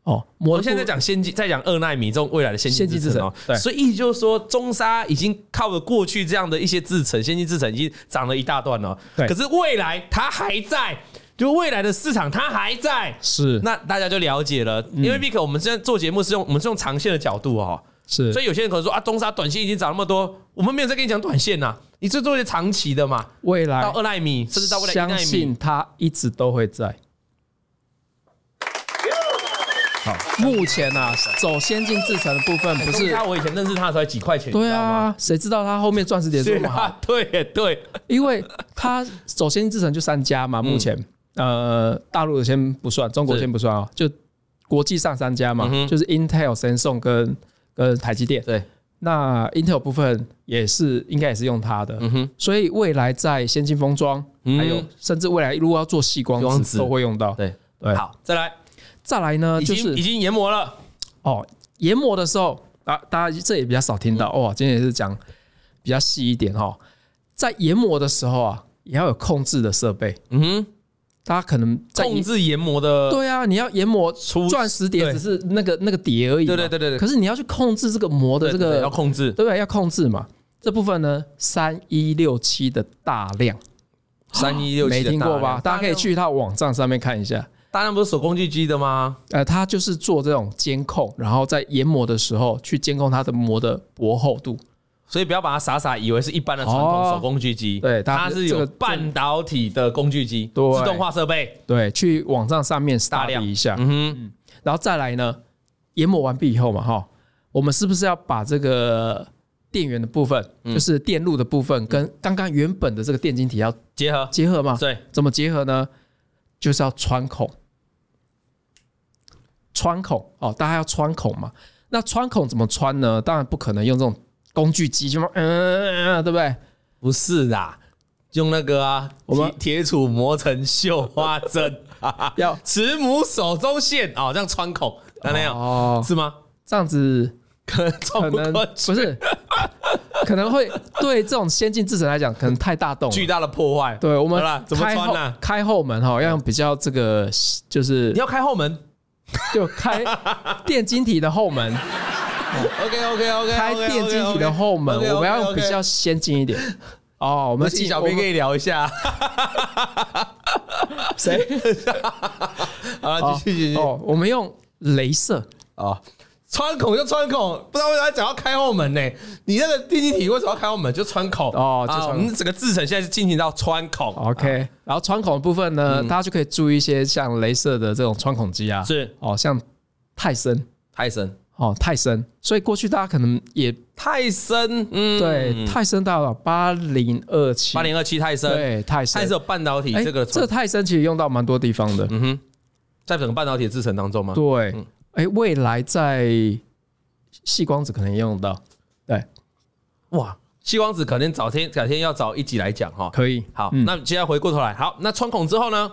Speaker 1: 哦，膜
Speaker 2: 我
Speaker 1: 的
Speaker 2: 们现在在讲先进，在讲二纳米这种未来的先进
Speaker 1: 先进
Speaker 2: 制
Speaker 1: 制
Speaker 2: 程
Speaker 1: 程
Speaker 2: 哦，
Speaker 1: 对
Speaker 2: 所以意思就是说中沙已经靠着过去这样的一些制程，先进制程已经涨了一大段了，哦
Speaker 1: 对
Speaker 2: 可是未来它还在，就未来的市场它还在，
Speaker 1: 是
Speaker 2: 那大家就了解了，
Speaker 1: 嗯
Speaker 2: 因为 Vick 我们现在做节目是用我们是用长线的角度哦，
Speaker 1: 是
Speaker 2: 所以有些人可能说啊，中沙短线已经涨那么多，我们没有在跟你讲短线呐、你最做一些长期的嘛，
Speaker 1: 未
Speaker 2: 到
Speaker 1: 来
Speaker 2: 二纳米甚至到未来
Speaker 1: 哎
Speaker 2: 一
Speaker 1: 相
Speaker 2: 纳米
Speaker 1: 信，它一直都会在。好，目前啊，走先进制程的部分不
Speaker 2: 哎中
Speaker 1: 是
Speaker 2: 沙我以前认识他的时候才几块钱，
Speaker 1: 对啊，谁知道它后面钻石
Speaker 2: 你
Speaker 1: 点
Speaker 2: 知
Speaker 1: 这
Speaker 2: 道
Speaker 1: 么
Speaker 2: 吗，
Speaker 1: 好？
Speaker 2: 对 啊，对对，
Speaker 1: 因为它首先制成就三家
Speaker 2: 嗯
Speaker 1: 嘛，目前、呃大陆的先不算，中国
Speaker 2: 是
Speaker 1: 先不算啊、就国际上三家嘛，
Speaker 2: 嗯哼
Speaker 1: 就是 Intel、Samsung 跟跟台积电。
Speaker 2: 对，
Speaker 1: 那 Intel 部分也是应该也是用它的，
Speaker 2: 嗯哼，
Speaker 1: 所以未来在先进封装，
Speaker 2: 嗯
Speaker 1: 还有甚至未来如果要做细光
Speaker 2: 细光子
Speaker 1: 子都会用到。
Speaker 2: 对
Speaker 1: 对，
Speaker 2: 好，再来，
Speaker 1: 再来呢哎
Speaker 2: 已
Speaker 1: 啊就
Speaker 2: 经
Speaker 1: 是
Speaker 2: 已经研磨了，
Speaker 1: 哦，研磨的时候啊，大家这也比较少听到
Speaker 2: 嗯
Speaker 1: 哇、今天也是讲比较细一点哦，在研磨的时候啊，也要有控制的设备。
Speaker 2: 嗯哼，
Speaker 1: 大家可能在
Speaker 2: 控
Speaker 1: 研
Speaker 2: 制研磨的，
Speaker 1: 对啊，你要研磨
Speaker 2: 出
Speaker 1: 钻石碟
Speaker 2: 对
Speaker 1: 只是那个那个碟而已嘛，
Speaker 2: 对对对对对
Speaker 1: 可是你要去控制这个磨的这
Speaker 2: 对对对
Speaker 1: 个
Speaker 2: 要，控制
Speaker 1: 对不对？要控制嘛。这部分呢，三一六七的大量
Speaker 2: 三一六
Speaker 1: 没
Speaker 2: 七，
Speaker 1: 听过吧？大家可以，去他网站上面看一下。
Speaker 2: 大量不是手工具机的吗？
Speaker 1: 呃，他就是做这种监控，然后在研磨的时候去监控它的磨的薄厚度。
Speaker 2: 所以不要把它傻傻以为是一般的传统
Speaker 1: 哦
Speaker 2: 手工具机，
Speaker 1: 对
Speaker 2: 它
Speaker 1: 它
Speaker 2: 是
Speaker 1: 这
Speaker 2: 有
Speaker 1: 个
Speaker 2: 半导体的工具机，
Speaker 1: 对
Speaker 2: 自动化设备，
Speaker 1: 对，去网站上面
Speaker 2: 大量
Speaker 1: study 一下，
Speaker 2: 嗯
Speaker 1: 然后再来呢，研磨完毕以后嘛，哈，我们是不是要把这个电源的部分，
Speaker 2: 嗯
Speaker 1: 就是电路的部分，跟刚刚原本的这个电晶体要
Speaker 2: 哼，结合，
Speaker 1: 结合嘛？
Speaker 2: 嗯对，
Speaker 1: 怎么结合呢？就是要穿孔，穿孔哦，大家要穿孔嘛。那穿孔怎么穿呢？当然不可能用这种工具机，就嗯嗯嗯嗯，对不对？
Speaker 2: 不是啦，用那个啊，
Speaker 1: 我们
Speaker 2: 铁铁杵磨成绣花针，
Speaker 1: 要
Speaker 2: 慈母手中线哦，这样穿孔，那那样
Speaker 1: 哦，
Speaker 2: 是吗？
Speaker 1: 这样子
Speaker 2: 可能穿
Speaker 1: 可
Speaker 2: 不
Speaker 1: 能
Speaker 2: 过
Speaker 1: 不是，可能会对这种先进制程来讲，可能太大动了。
Speaker 2: 巨大的破坏。
Speaker 1: 对，我
Speaker 2: 好啦
Speaker 1: 们
Speaker 2: 怎么
Speaker 1: 开
Speaker 2: 穿
Speaker 1: 后
Speaker 2: 啊
Speaker 1: 开后门哈，要用比较这个就是
Speaker 2: 你要开后门， 啊
Speaker 1: 就开电晶体的后门，
Speaker 2: OK OK OK，
Speaker 1: 开电机体的后门，我们要用比较先进一点。哦，我
Speaker 2: 我
Speaker 1: 们
Speaker 2: 们纪小
Speaker 1: 我
Speaker 2: 兵
Speaker 1: 们
Speaker 2: 可以聊一下。
Speaker 1: 谁？
Speaker 2: 好 了，
Speaker 1: 哦
Speaker 2: 继续继续。
Speaker 1: 哦，我们用镭射，
Speaker 2: 哦，穿孔就穿孔，不知道为啥讲要开后门呢、你那个电梯体为什么要开后门？就穿孔
Speaker 1: 哦就穿
Speaker 2: 啊，
Speaker 1: 孔哦
Speaker 2: 我们整个制程现在是进行到穿孔。
Speaker 1: OK，、然后穿孔的部分呢，大家就可以注意一些像镭射的这种穿孔机啊，
Speaker 2: 嗯是
Speaker 1: 哦，像泰森
Speaker 2: 泰森，
Speaker 1: 哦，泰森，所以过去大家可能也、
Speaker 2: 泰森，嗯，
Speaker 1: 对泰森大佬八零二七，
Speaker 2: 八零二七泰森，
Speaker 1: 对泰森，
Speaker 2: 泰森有半导体
Speaker 1: 哎
Speaker 2: 这个
Speaker 1: 这泰森其实用到蛮多地方的，
Speaker 2: 嗯哼，嗯在整个半导体制程当中吗？
Speaker 1: 对，哎、未来在细光子可能也用到，对，
Speaker 2: 哇，西光子可能早天改天要找一集来讲哈。
Speaker 1: 可以
Speaker 2: 好，
Speaker 1: 嗯
Speaker 2: 那接下来回过头来，好，那穿孔之后呢，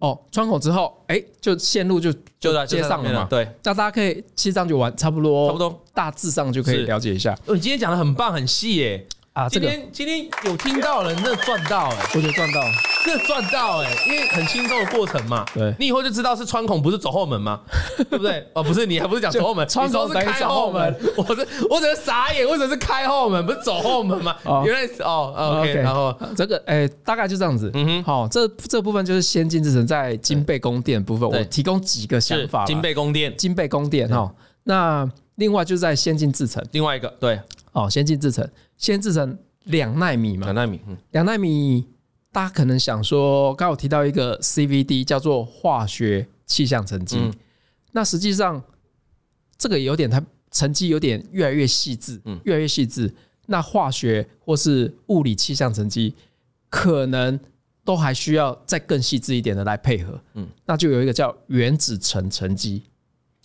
Speaker 1: 哦，穿孔之后，哎、就线路就
Speaker 2: 就在
Speaker 1: 接上了嘛，哦
Speaker 2: 对，
Speaker 1: 那大家可以其实这样就玩差不多，
Speaker 2: 差不多，
Speaker 1: 大致上就可以
Speaker 2: 是
Speaker 1: 了解一下
Speaker 2: 哦你今天讲的很棒，很细耶。
Speaker 1: 啊，这个
Speaker 2: 今天今天有听到的人，真的赚到哎，
Speaker 1: 我就赚到了。
Speaker 2: 真的赚到哎，因为很轻松的过程嘛。
Speaker 1: 对
Speaker 2: 你以后就知道是穿孔，不是走后门 吗？对不对？哦，不是，你还不是讲走后门，
Speaker 1: 就穿孔
Speaker 2: 你说是开后门。 我是我只是傻眼，我只是开后门，不是走后门嘛
Speaker 1: 哦？
Speaker 2: 原来是哦哦，OK，然后
Speaker 1: 这个哎、大概就这样子。
Speaker 2: 嗯哼，
Speaker 1: 好、这这部分就是先进制程在金贝宫殿部分，
Speaker 2: 对
Speaker 1: 我提供几个想法啦。
Speaker 2: 金贝宫殿，
Speaker 1: 金贝宫殿哈、那另外就在先进制程
Speaker 2: 另外一个对
Speaker 1: 哦，先进制程，先进制程两纳米嘛
Speaker 2: 两，纳米，嗯，
Speaker 1: 两纳米，大家可能想说，刚刚我提到一个 CVD 叫做化学气象沉积，
Speaker 2: 嗯
Speaker 1: 那实际上这个有点它沉积有点越来越细致，
Speaker 2: 嗯
Speaker 1: 越来越细致。那化学或是物理气象沉积，可能都还需要再更细致一点的来配合，
Speaker 2: 嗯
Speaker 1: 嗯，那就有一个叫原子层沉积。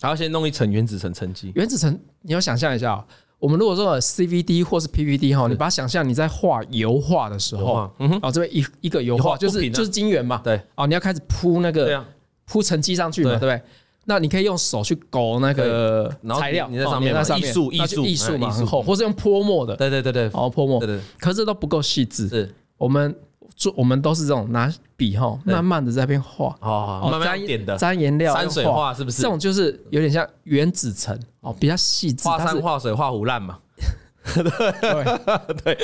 Speaker 2: 然后先弄一层原子层沉积，
Speaker 1: 原子层，你要想象一下哦、我们如果说有 CVD 或是 PVD 哈，你把它想象你在画油画的时候，
Speaker 2: 哇，嗯哼，
Speaker 1: 哦，这边一一个油
Speaker 2: 油
Speaker 1: 画
Speaker 2: 画
Speaker 1: 就是
Speaker 2: 不平啊
Speaker 1: 就是晶圆嘛，
Speaker 2: 对，
Speaker 1: 哦，你要开始铺那
Speaker 2: 对
Speaker 1: 个
Speaker 2: 啊，
Speaker 1: 铺沉积上去嘛，
Speaker 2: 对
Speaker 1: 对不对？那你可以用手去勾那个
Speaker 2: 然后
Speaker 1: 材料，
Speaker 2: 你在
Speaker 1: 哦
Speaker 2: 上面嘛
Speaker 1: 在上面，
Speaker 2: 艺术
Speaker 1: 那就
Speaker 2: 艺术
Speaker 1: 艺术
Speaker 2: 哎
Speaker 1: 嘛，
Speaker 2: 艺术
Speaker 1: 很厚，或是用泼墨的，
Speaker 2: 对啊对对对，
Speaker 1: 哦，泼墨
Speaker 2: 对，对
Speaker 1: 可是这都不够细致。
Speaker 2: 对是，
Speaker 1: 我们做我们都是这种拿笔哈，
Speaker 2: 对
Speaker 1: 慢慢的在那边画，
Speaker 2: 哦，好慢慢
Speaker 1: 沾
Speaker 2: 要点的，
Speaker 1: 沾颜料，
Speaker 2: 山水
Speaker 1: 画
Speaker 2: 画是不
Speaker 1: 这
Speaker 2: 是
Speaker 1: 种就是有点像原子层哦，比较细致，
Speaker 2: 画
Speaker 1: 但
Speaker 2: 山
Speaker 1: 是
Speaker 2: 画水画虎烂嘛，
Speaker 1: 对 对，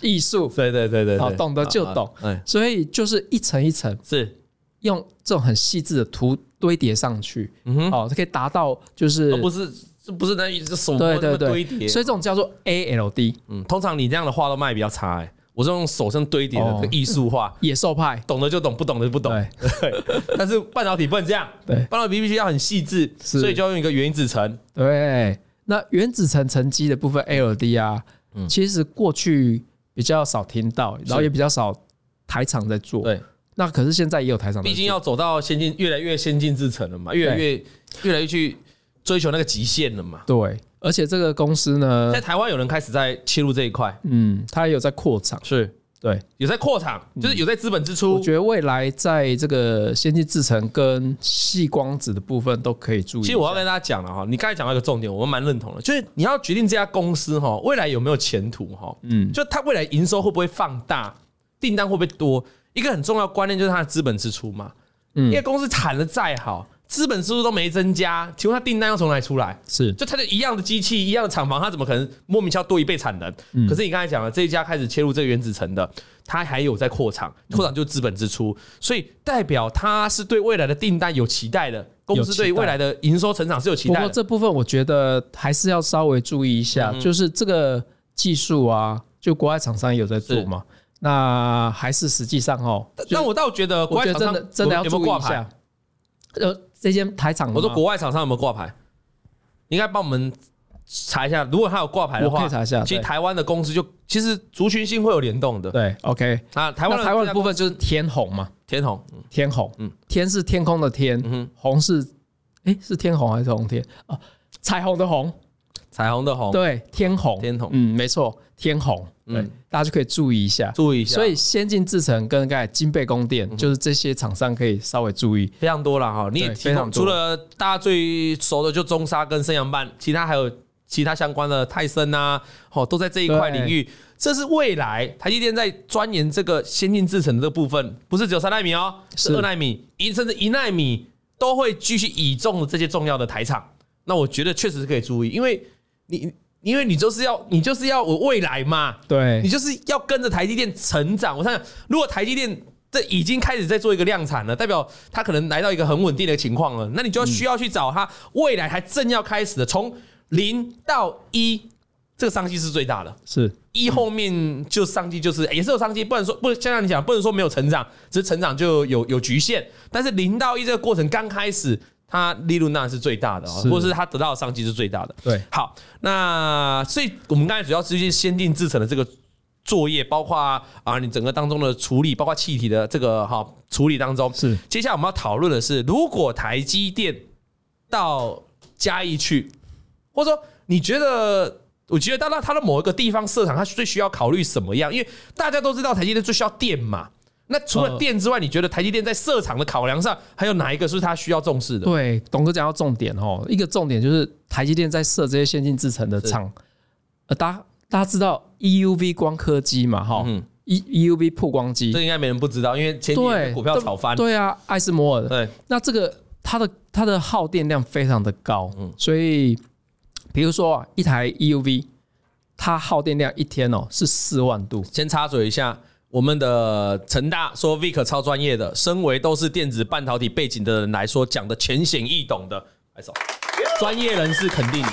Speaker 1: 艺术
Speaker 2: 对对对对
Speaker 1: 好
Speaker 2: 对，
Speaker 1: 懂得就
Speaker 2: 啊
Speaker 1: 懂，
Speaker 2: 哎，
Speaker 1: 所以就是一层一层。
Speaker 2: 是，
Speaker 1: 用这种很细致的图堆叠上去，
Speaker 2: 嗯哼，
Speaker 1: 哦，它可以达到就是
Speaker 2: 而不是这不是那一只手
Speaker 1: 对
Speaker 2: 那么
Speaker 1: 对
Speaker 2: 堆
Speaker 1: 对，
Speaker 2: 叠，
Speaker 1: 所以这种叫做 ALD
Speaker 2: 嗯，通常你这样的画都卖比较差哎，我是用手上堆叠的
Speaker 1: 哦
Speaker 2: 这个艺术画，
Speaker 1: 野兽派，
Speaker 2: 懂的就懂，不懂的就不懂，
Speaker 1: 对
Speaker 2: 对，但是半导体不能这样，
Speaker 1: 对
Speaker 2: 半导体必须要很细致，
Speaker 1: 是
Speaker 2: 所以就要用一个原子层，
Speaker 1: 对。那原子层沉积的部分 ALD 啊，
Speaker 2: 嗯
Speaker 1: 其实过去比较少听到，然后也比较少台厂在做。
Speaker 2: 对，
Speaker 1: 那可是现在也有台厂在做，
Speaker 2: 毕竟要走到先进，越来越先进制程了嘛，越来越越来越去追求那个极限了嘛。
Speaker 1: 对，而且这个公司呢
Speaker 2: 在，台湾有人开始在切入这一块，
Speaker 1: 嗯，它也有在扩厂。
Speaker 2: 是
Speaker 1: 对，
Speaker 2: 有在扩厂，就是有在资本支
Speaker 1: 我
Speaker 2: 出。
Speaker 1: 觉得未来在这个先进制程跟细光子的部分都可以注意。
Speaker 2: 其实我要跟大家讲了哈，你刚才讲到一个重点，我们蛮认同的，就是你要决定这家公司哈未来有没有前途哈，
Speaker 1: 嗯，
Speaker 2: 就它未来营收会不会放大，订单会不会多，一个很重要的观念就是它的资本支出嘛。
Speaker 1: 嗯
Speaker 2: 因为公司产的再好，资本支出都没增加，请问它订单要从哪里出来？
Speaker 1: 是
Speaker 2: 就它的一样的机器、一样的厂房，它怎么可能莫名其妙多一倍产能？
Speaker 1: 嗯
Speaker 2: 可是你刚才讲了，这一家开始切入这个原子层的，它还有在扩厂，扩厂就是资本支出，所以代表它是对未来的订单有期待的，公司
Speaker 1: 有期待
Speaker 2: 对未来的营收成长是有期
Speaker 1: 不
Speaker 2: 待
Speaker 1: 过
Speaker 2: 的。嗯
Speaker 1: 这部分我觉得还是要稍微注意一下，就是这个技术啊，就国外厂商也有在做嘛。那还是实际上哦，
Speaker 2: 但我倒觉得国
Speaker 1: 我
Speaker 2: 外
Speaker 1: 觉得
Speaker 2: 厂商
Speaker 1: 真的真的要
Speaker 2: 有没有
Speaker 1: 注意
Speaker 2: 挂
Speaker 1: 一
Speaker 2: 牌
Speaker 1: 下？。嗯呃，这间台厂的吗，
Speaker 2: 我说国外厂商有没有挂牌？你应该帮我们查一下，如果他有挂牌的
Speaker 1: 我可
Speaker 2: 话
Speaker 1: 以，查一下。
Speaker 2: 其实
Speaker 1: 对
Speaker 2: 台湾的公司就其实族群性会有联动的。
Speaker 1: 对，OK。
Speaker 2: 啊，
Speaker 1: 台
Speaker 2: 台湾
Speaker 1: 湾
Speaker 2: 的
Speaker 1: 台湾的部分就是天虹嘛，
Speaker 2: 甜筒，
Speaker 1: 天虹，
Speaker 2: 嗯
Speaker 1: 天是天空的天，
Speaker 2: 嗯哼，
Speaker 1: 虹是诶，是天虹还是红天哦，彩虹的虹，
Speaker 2: 彩虹的虹，
Speaker 1: 对，天虹，
Speaker 2: 哦天虹
Speaker 1: 嗯，没错，天虹，对，
Speaker 2: 嗯
Speaker 1: 大家就可以注意一下。
Speaker 2: 注意一下，嗯
Speaker 1: 所以先进制程跟刚才金贝宫殿，就是这些厂商可以稍微注意。
Speaker 2: 非常多了哈。你也
Speaker 1: 对
Speaker 2: 提
Speaker 1: 非
Speaker 2: 供
Speaker 1: 常多
Speaker 2: 除了大家最熟的就中沙跟升阳半，其他还有其他相关的泰森啊，哦，都在这一块
Speaker 1: 对
Speaker 2: 领域。这是未来台积电在钻研这个先进制程的这个部分，不是只有三纳米哦，是
Speaker 1: 是
Speaker 2: 二纳米、一甚至一纳米都会继续倚重这些重要的台厂。那我觉得确实是可以注意，因为你因为你就是要你就是要我未来嘛，你
Speaker 1: 对，
Speaker 2: 就是要跟着台积电成长。我想想，如果台积电这已经开始在做一个量产了，代表它可能来到一个很稳定的情况了，那你就要需要去找它未来还正要开始的，从零到一，这个商机是最大的。
Speaker 1: 是
Speaker 2: 一后面就商机就是也是有商机，不能说不像你讲，不能说没有成长，只是成长就有有局限。但是零到一这个过程刚开始，它利润当然是最大的、哦，
Speaker 1: 是
Speaker 2: 或者是它得到的商机是最大的。
Speaker 1: 对，
Speaker 2: 好，那所以我们刚才主要是去先进制成的这个作业，包括啊你整个当中的处理，包括气体的这个哈、处理当中。
Speaker 1: 是
Speaker 2: 接下来我们要讨论的是，如果台积电到嘉义去，或者说你觉得？我觉得到到它的某一个地方设厂，它最需要考虑什么样？因为大家都知道台积电最需要电嘛。那除了
Speaker 1: 呃
Speaker 2: 电之外，你觉得台积电在设厂的考量上，还有哪一个是它需要重视的？
Speaker 1: 对，董哥讲到重点哦，一个重点就是台积电在设这些先进制程的厂，呃，大家大家知道 EUV 光刻机嘛，哈、
Speaker 2: 嗯
Speaker 1: e EUV 曝光机
Speaker 2: 这，应该没人不知道，因为前几年
Speaker 1: 对，
Speaker 2: 股票炒翻。
Speaker 1: 对啊，艾斯摩尔，
Speaker 2: 对，
Speaker 1: 那这个它的它的耗电量非常的高，
Speaker 2: 嗯
Speaker 1: 所以比如说啊，一台 EUV，它耗电量一天哦是四万度，
Speaker 2: 先插嘴一下，我们的成大说 Vic 超专业的，身为都是电子半导体背景的人来说，讲的浅显易懂的，拍手。专业人士肯定你，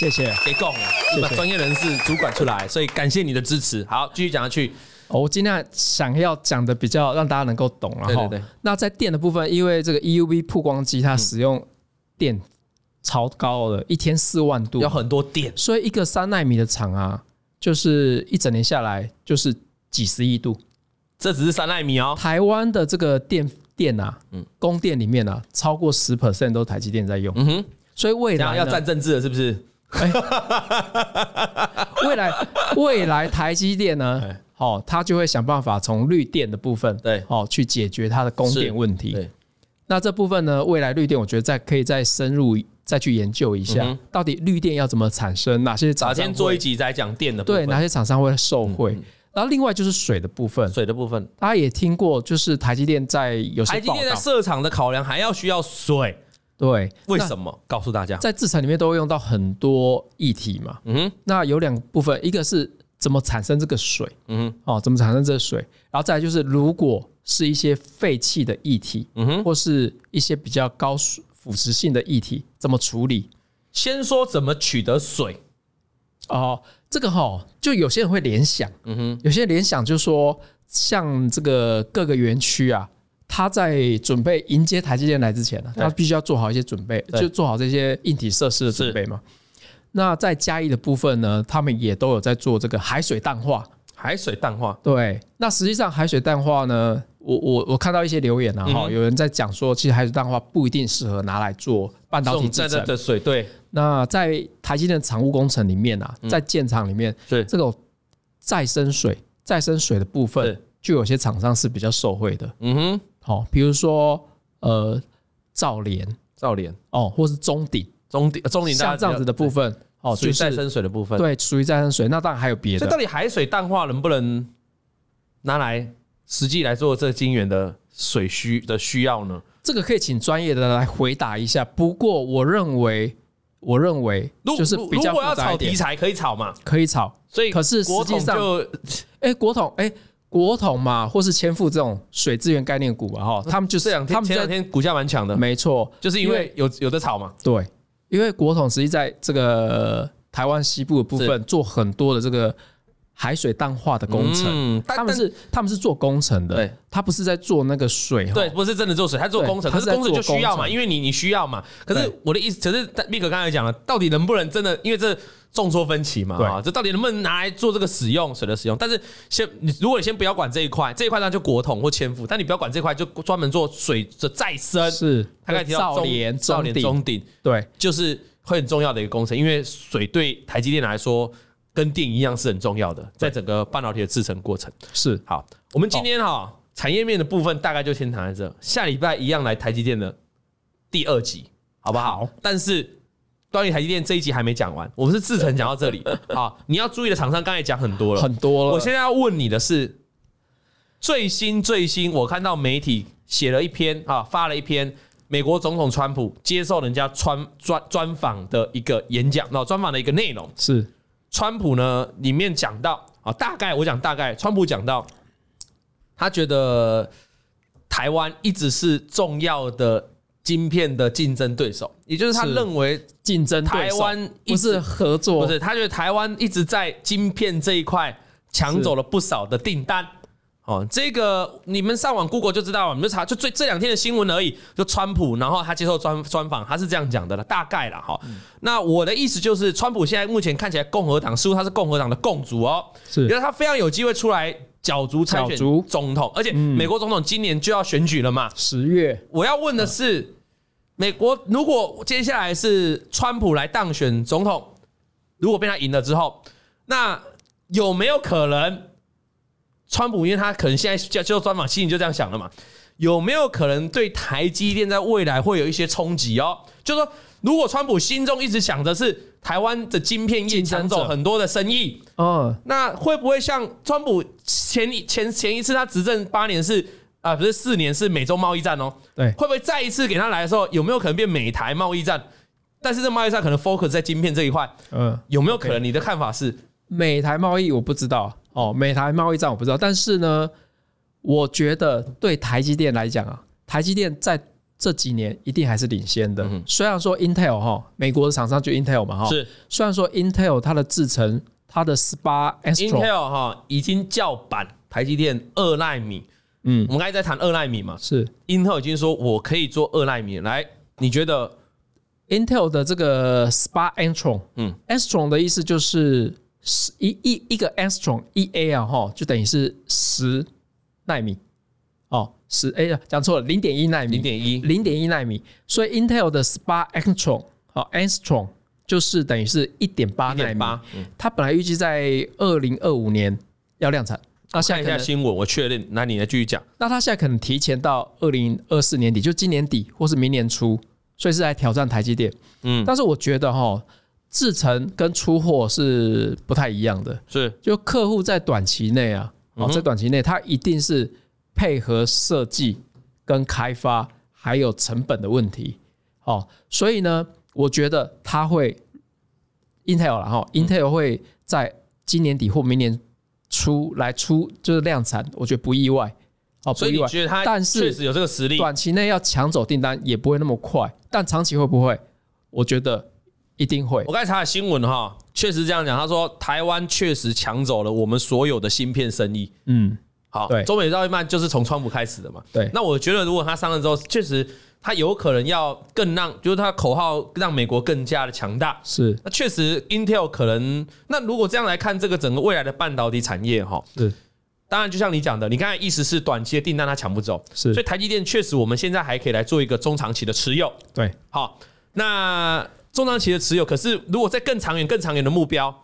Speaker 1: 谢谢。
Speaker 2: 别供了，是吧专业人士主管出来，所以感谢你的支持。好，继续讲下去。
Speaker 1: 哦我尽量想要讲的比较让大家能够懂了
Speaker 2: 对
Speaker 1: 哈。
Speaker 2: 对对
Speaker 1: 那在电的部分，因为这个 EUV 曝光机它使用电超高的，一天四万度
Speaker 2: 有，很多电，
Speaker 1: 所以一个三纳米的厂啊，就是一整年下来就是几十亿度。
Speaker 2: 这只是三纳米哦。
Speaker 1: 台湾的这个电电啊，供电里面啊，超过十 percent 都是台积电在用，
Speaker 2: 嗯哼，
Speaker 1: 所以未
Speaker 2: 然后
Speaker 1: 来
Speaker 2: 要
Speaker 1: 呢
Speaker 2: 站政治了，是不是？
Speaker 1: 未来未来台积电呢
Speaker 2: 哎，
Speaker 1: 哦，它就会想办法从绿电的部分，
Speaker 2: 对
Speaker 1: 哦，去解决它的供
Speaker 2: 是
Speaker 1: 电问题。
Speaker 2: 对，
Speaker 1: 那这部分呢，未来绿电我觉得再可以再深入再去研究一下，
Speaker 2: 嗯哼
Speaker 1: 到底绿电要怎么产生，哪些
Speaker 2: 哪
Speaker 1: 厂
Speaker 2: 天
Speaker 1: 商
Speaker 2: 做一
Speaker 1: 会
Speaker 2: 集再讲电的部
Speaker 1: 对
Speaker 2: 分，嗯
Speaker 1: 哪些厂商会受惠。然后另外就是水的部分，
Speaker 2: 水的部分。
Speaker 1: 大家也听过，就是台积电在有些
Speaker 2: 台积
Speaker 1: 报
Speaker 2: 电在
Speaker 1: 道，
Speaker 2: 设厂的考量还要需要水，
Speaker 1: 对，
Speaker 2: 为
Speaker 1: 那
Speaker 2: 什么？告诉大家。
Speaker 1: 在制程里面都会用到很多液体嘛。
Speaker 2: 嗯哼，
Speaker 1: 那有两个部分，一个是怎么产生这个水
Speaker 2: 嗯哼，
Speaker 1: 哦，怎么产生这个水，然后再来就是如果是一些废弃的液体，
Speaker 2: 嗯哼。
Speaker 1: 或是一些比较高腐腐蚀性的液体怎么处理。
Speaker 2: 先说怎么取得水，
Speaker 1: 哦，这个哈、就有些人会联想，
Speaker 2: 嗯哼，
Speaker 1: 有些人联想就是说，像这个各个园区啊，他在准备迎接台积电来之前呢、
Speaker 2: 对
Speaker 1: 他必须要做好一些准备，
Speaker 2: 对
Speaker 1: 就做好这些硬体设施的准备嘛。那在嘉义的部分呢，他们也都有在做这个海水淡化。
Speaker 2: 海水淡化，
Speaker 1: 对，那实际上海水淡化呢，我我我看到一些留言啊，
Speaker 2: 嗯
Speaker 1: 哈、有人在讲说，其实海水淡化不一定适合拿来做半导体制
Speaker 2: 这
Speaker 1: 成
Speaker 2: 的。的水对
Speaker 1: 那在台积电的产物工程里面啊，在建厂里面，
Speaker 2: 嗯是
Speaker 1: 这种再生水、再生水的部分
Speaker 2: 是，
Speaker 1: 就有些厂商是比较受惠的。
Speaker 2: 嗯哼，
Speaker 1: 好、比如说呃，兆联
Speaker 2: 造脸
Speaker 1: 哦，或是中鼎，
Speaker 2: 中鼎中鼎大家
Speaker 1: 像这样子的部分哦，
Speaker 2: 属于
Speaker 1: 就
Speaker 2: 再
Speaker 1: 是
Speaker 2: 生水的部分。
Speaker 1: 对属于再生水。那当然还有别
Speaker 2: 所以到
Speaker 1: 的，
Speaker 2: 底海水淡化能不能拿来实际来做这晶圆的水需的需要呢？
Speaker 1: 这个可以请专业的来回答一下。不过我认为，我认为
Speaker 2: 如
Speaker 1: 就是
Speaker 2: 如
Speaker 1: 比较
Speaker 2: 如果要
Speaker 1: 复杂
Speaker 2: 炒
Speaker 1: 一
Speaker 2: 题
Speaker 1: 点，
Speaker 2: 材可以炒嘛，
Speaker 1: 可以炒。
Speaker 2: 所以
Speaker 1: 可是实
Speaker 2: 国
Speaker 1: 际
Speaker 2: 统
Speaker 1: 上
Speaker 2: 就
Speaker 1: 哎、国统哎、国统嘛，或是千富这种水资源概念股啊，哈，他们就是
Speaker 2: 哦这两
Speaker 1: 他
Speaker 2: 天
Speaker 1: 们
Speaker 2: 前两
Speaker 1: 在
Speaker 2: 天股价蛮强的，
Speaker 1: 没错，
Speaker 2: 就是因
Speaker 1: 因
Speaker 2: 为有有的炒嘛，
Speaker 1: 对，因为国统实际在这个台湾西部的部分做很多的这个海水淡化的工程，
Speaker 2: 嗯但
Speaker 1: 他们是他们是做工程
Speaker 2: 对
Speaker 1: 的，他不是在做那个水哈，
Speaker 2: 对，不是真的做水，他做
Speaker 1: 对
Speaker 2: 工程，
Speaker 1: 他
Speaker 2: 可
Speaker 1: 是
Speaker 2: 是
Speaker 1: 在
Speaker 2: 工程就
Speaker 1: 做
Speaker 2: 需要
Speaker 1: 工
Speaker 2: 嘛，
Speaker 1: 程
Speaker 2: 因为你你需要嘛。可是
Speaker 1: 对
Speaker 2: 我的意思，可是但 Nick 刚才讲了，到底能不能真的，因为这众说纷纭嘛，
Speaker 1: 对
Speaker 2: 啊，这到底能不能拿来做这个使用水的使用？但是先，你如果你先不要管这一块，这一块那就国统或千富，但你不要管这块，就专门做水的再生。
Speaker 1: 是
Speaker 2: 他刚才提到
Speaker 1: 造
Speaker 2: 中
Speaker 1: 联
Speaker 2: 造联
Speaker 1: 中
Speaker 2: 中鼎，
Speaker 1: 对
Speaker 2: 就是会很重要的一个工程，因为水对台积电来说跟电一样是很重要的，在整个半导体的制成过程。
Speaker 1: 是
Speaker 2: 好，我们今天哈、产业面的部分大概就先谈到这，下礼拜一样来台积电的第二集，好不好？但是关于台积电这一集还没讲完，我们是志成讲 到这里好，你要注意的厂商刚才讲很多了，
Speaker 1: 很多
Speaker 2: 我
Speaker 1: 了，
Speaker 2: 现在要问你的是，最新最新，我看到媒体写了一篇啊，发了一篇美国总统川普接受人家专专专访的一个演讲，那专访的一个内容。
Speaker 1: 是
Speaker 2: 川普呢里面讲到啊，大概我讲大概，川普讲到，他觉得台湾一直是重要的晶片的竞争对手，也就是他
Speaker 1: 是
Speaker 2: 认为
Speaker 1: 竞争对
Speaker 2: 台
Speaker 1: 手
Speaker 2: 湾一
Speaker 1: 不
Speaker 2: 直
Speaker 1: 是合作，
Speaker 2: 不是他觉得台湾一直在晶片这一块抢走了不少的订单。哦，这个你们上网 Google 就知道了，你们就查就最这两天的新闻而已。就川普，然后他接受专专访，他是这样讲的了，大概了哈。
Speaker 1: 嗯
Speaker 2: 那我的意思就是，川普现在目前看起来共和党似乎他是共和党的共主哦，
Speaker 1: 是
Speaker 2: 因为他非常有机会出来角逐参
Speaker 1: 角
Speaker 2: 选
Speaker 1: 逐嗯
Speaker 2: 总统，而且美国总统今年就要选举了嘛。
Speaker 1: 十月
Speaker 2: 我要问的是，美国如果接下来是川普来当选总统，如果被他赢了之后，那有没有可能川普因为他可能现在接受专访，心里就这样想了嘛？有没有可能对台积电在未来会有一些冲击哦？就说如果川普心中一直想着是台湾的晶片业
Speaker 1: 竞争
Speaker 2: 抢
Speaker 1: 者
Speaker 2: 走很多的生意，
Speaker 1: 嗯，
Speaker 2: 那会不会像川普前一前前一次他执政八年是啊、不是四年是美洲贸易战哦？
Speaker 1: 对
Speaker 2: 会不会再一次给他来的时候，有没有可能变美台贸易战？但是这贸易战可能 focus 在晶片这一块，
Speaker 1: 嗯。
Speaker 2: 有没有可能？你的看法是？
Speaker 1: 美台贸易我不知道哦，美台贸易战我不知道，但是呢，我觉得对台积电来讲啊，台积电在这几年一定还是领先的。
Speaker 2: 嗯哼
Speaker 1: 虽然说 Intel 哈，美国的厂商就 Intel 嘛哈，
Speaker 2: 是
Speaker 1: 虽然说 Intel 它的制程，它的 Spa Astro，
Speaker 2: Intel 哈已经叫板台积电二纳米，
Speaker 1: 嗯，
Speaker 2: 我们刚才在谈二纳米嘛
Speaker 1: 是
Speaker 2: ，Intel 已经说我可以做二纳米，来，你觉得
Speaker 1: Intel 的这个 Spa Astron，
Speaker 2: 嗯
Speaker 1: 嗯，Astron 的意思就是十一一一个 Astron 一 A 啊哈，就等于是十纳米哦，十 A 讲错了，零点一纳米
Speaker 2: 零，点一？
Speaker 1: 零点一纳米，所以 Intel 的 Spa Angstrom 好 Angstrom 就是等于是一点八纳
Speaker 2: 点
Speaker 1: 米
Speaker 2: 八，嗯
Speaker 1: 它本来预计在二零二五年要量产，那现在
Speaker 2: 看一
Speaker 1: 可
Speaker 2: 下
Speaker 1: 能
Speaker 2: 新闻，我确认。那你来继续讲。
Speaker 1: 那它现在可能提前到二零二四年底，就今年底或是明年初，所以是来挑战台积电。
Speaker 2: 嗯，
Speaker 1: 但是我觉得哈，制程跟出货是不太一样的，
Speaker 2: 是
Speaker 1: 就客户在短期内啊，
Speaker 2: 嗯
Speaker 1: 哦，在短期内他一定是配合设计跟开发，还有成本的问题，哦，所以呢，我觉得他会 Intel 了哈、Intel
Speaker 2: 嗯
Speaker 1: 会在今年底或明年出来出就是量产，我觉得不意外，哦，不
Speaker 2: 所以
Speaker 1: 意
Speaker 2: 你
Speaker 1: 外，
Speaker 2: 觉得他
Speaker 1: 但
Speaker 2: 确
Speaker 1: 是
Speaker 2: 实有这个实力？
Speaker 1: 短期内要抢走订单也不会那么快，但长期会不会？我觉得一定会
Speaker 2: 我，刚才查的新闻哈，确实这样讲，他说台湾确实抢走了我们所有的芯片生意。
Speaker 1: 嗯，
Speaker 2: 好，
Speaker 1: 对
Speaker 2: 中美贸易战就是从川普开始的嘛。
Speaker 1: 对，
Speaker 2: 那我觉得，如果他上任之后，确实他有可能要更让，就是他口号让美国更加的强大。
Speaker 1: 是
Speaker 2: 那确实，Intel 可能，那如果这样来看，这个整个未来的半导体产业哈，
Speaker 1: 是
Speaker 2: 当然就像你讲的，你刚才意思是短期的订单它抢不走，
Speaker 1: 是
Speaker 2: 所以台积电确实我们现在还可以来做一个中长期的持有。
Speaker 1: 对，
Speaker 2: 好，那中长期的持有，可是如果在更长远、更长远的目标，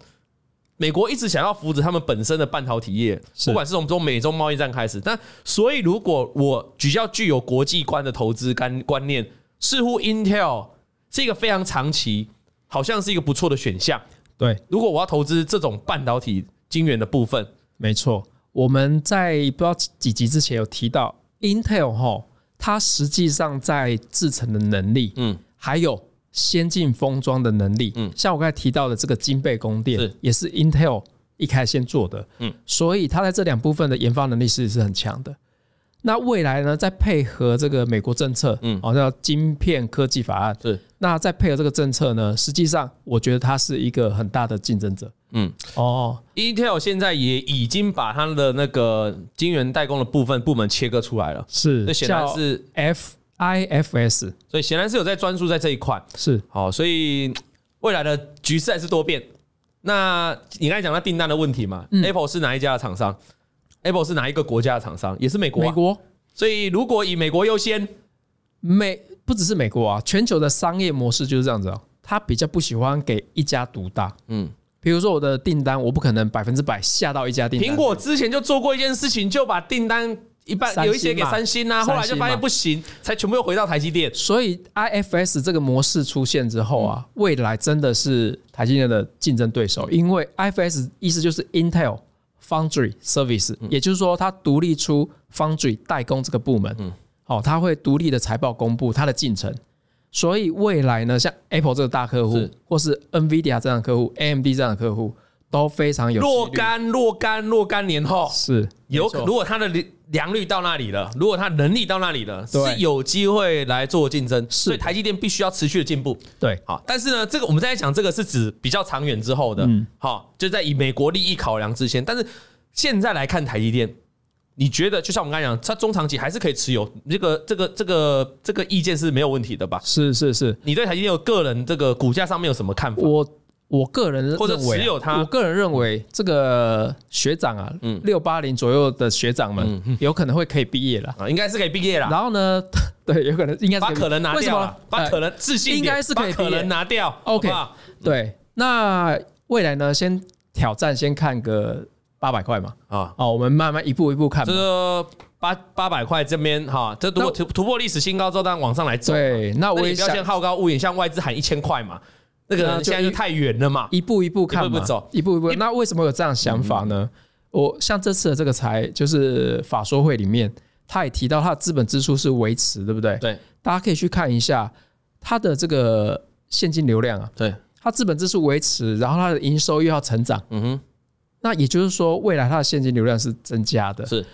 Speaker 2: 美国一直想要扶持他们本身的半导体业，
Speaker 1: 是
Speaker 2: 不管是从中美中贸易战开始，但所以如果我比较具有国际观的投资观观念，似乎 Intel 是一个非常长期，好像是一个不错的选项。
Speaker 1: 对。
Speaker 2: 如果我要投资这种半导体晶圆的部分，
Speaker 1: 没错，我们在不知道几集之前有提到，Intel 哈，它实际上在制程的能力，
Speaker 2: 嗯，
Speaker 1: 还有先进封装的能力，
Speaker 2: 嗯
Speaker 1: 像我刚才提到的这个金贝宫殿，
Speaker 2: 是
Speaker 1: 也是 Intel 一开始先做的，
Speaker 2: 嗯，
Speaker 1: 所以它在这两部分的研发能力是是很强的。那未来呢，再配合这个美国政策，
Speaker 2: 嗯
Speaker 1: 哦，叫晶片科技法案，
Speaker 2: 是，
Speaker 1: 那再配合这个政策呢，实际上我觉得它是一个很大的竞争者。
Speaker 2: 嗯
Speaker 1: 哦，
Speaker 2: ，Intel 现在也已经把它的那个晶圆代工的部分部门切割出来了，
Speaker 1: 是，
Speaker 2: 这显然
Speaker 1: 叫
Speaker 2: 是
Speaker 1: FIFS
Speaker 2: 所以显然是有在专注在这一块。
Speaker 1: 是
Speaker 2: 好，所以嘖未来的局势还是多变。那你刚才讲到订单的问题嘛、
Speaker 1: 嗯
Speaker 2: a p p l e 是哪一家的厂商？Apple 是哪一个国家的厂商？也是美国、啊。
Speaker 1: 美国
Speaker 2: 所以如果以美国优先，
Speaker 1: 美不只是美国啊，全球的商业模式就是这样子啊，他比较不喜欢给一家独大。
Speaker 2: 嗯，
Speaker 1: 比如说我的订单，我不可能百分之百下到一家订单。
Speaker 2: 苹果之前就做过一件事情，就把订单一半
Speaker 1: 三星嘛
Speaker 2: 有一些给三星啊，后来就
Speaker 1: 三星
Speaker 2: 发现
Speaker 1: 嘛
Speaker 2: 不行，才全部又回到台积电。
Speaker 1: 所以 IFS 这个模式出现之后啊，未来真的是台积电的竞争对手，因为 IFS 意思就是 Intel Foundry Service，、也就是说它独立出 Foundry 代工这个部门。哦，它会独立的财报公布它的进程。所以未来呢，像 Apple 这个大客户
Speaker 2: 是，
Speaker 1: 或是 NVIDIA 这样的客户，AMD 这样的客户，都非常有
Speaker 2: 若
Speaker 1: 几率
Speaker 2: 干若干若干年后，
Speaker 1: 是
Speaker 2: 有
Speaker 1: 没
Speaker 2: 可
Speaker 1: 错
Speaker 2: 如果他的良良率到那里了，如果他能力到那里了，
Speaker 1: 对
Speaker 2: 是有机会来做竞争。所以台积电必须要持续的进步。
Speaker 1: 对
Speaker 2: 好，但是呢，这个我们在讲这个是指比较长远之后的，
Speaker 1: 嗯
Speaker 2: 好，就在以美国利益考量之前。但是现在来看台积电，你觉得就像我们刚才讲，它中长期还是可以持有，这个这个这个这个意见是没有问题的吧？
Speaker 1: 是是是，
Speaker 2: 你对台积电有个人这个股价上面有什么看法？
Speaker 1: 我我个人认为啊
Speaker 2: 或者持有它
Speaker 1: 我个人认为这个学长啊，
Speaker 2: 嗯
Speaker 1: 六八零左右的学长们有可能会可以毕业了。
Speaker 2: 啊，应该是可以毕业啦，
Speaker 1: 然后呢， 对，有可能应该是
Speaker 2: 把
Speaker 1: 以
Speaker 2: 可能拿
Speaker 1: 为什
Speaker 2: 掉
Speaker 1: 么
Speaker 2: 啦？把可
Speaker 1: 呃
Speaker 2: 嗯能自信一
Speaker 1: 应
Speaker 2: 点
Speaker 1: 该是可以
Speaker 2: 把可
Speaker 1: 毕业
Speaker 2: 能拿掉。
Speaker 1: OK
Speaker 2: 好不好
Speaker 1: 对，那未来呢，先挑战，先看个八百块嘛。
Speaker 2: 啊，
Speaker 1: 哦，我们慢慢一步一步看
Speaker 2: 这
Speaker 1: 嘛。
Speaker 2: 个八八百块这边哈，这如果突突破历史新高之后，当然往上来走。
Speaker 1: 对，那
Speaker 2: 那
Speaker 1: 我
Speaker 2: 你
Speaker 1: 也
Speaker 2: 不要先
Speaker 1: 想
Speaker 2: 好高骛远，像外资喊一千块嘛，那个
Speaker 1: 那就
Speaker 2: 现在就太远了嘛。
Speaker 1: 一步一步看嘛，
Speaker 2: 一步一步走嗯
Speaker 1: 一步一步
Speaker 2: 一
Speaker 1: 那为什么有这样的想法呢？我像这次的这个财，就是法说会里面，他也提到他的资本支出是维持，对不对？
Speaker 2: 对
Speaker 1: 大家可以去看一下他的这个现金流量啊，
Speaker 2: 对，
Speaker 1: 他资本支出维持，然后他的营收又要成长，
Speaker 2: 嗯哼，
Speaker 1: 那也就是说，未来它的现金流量是增加的，
Speaker 2: 是，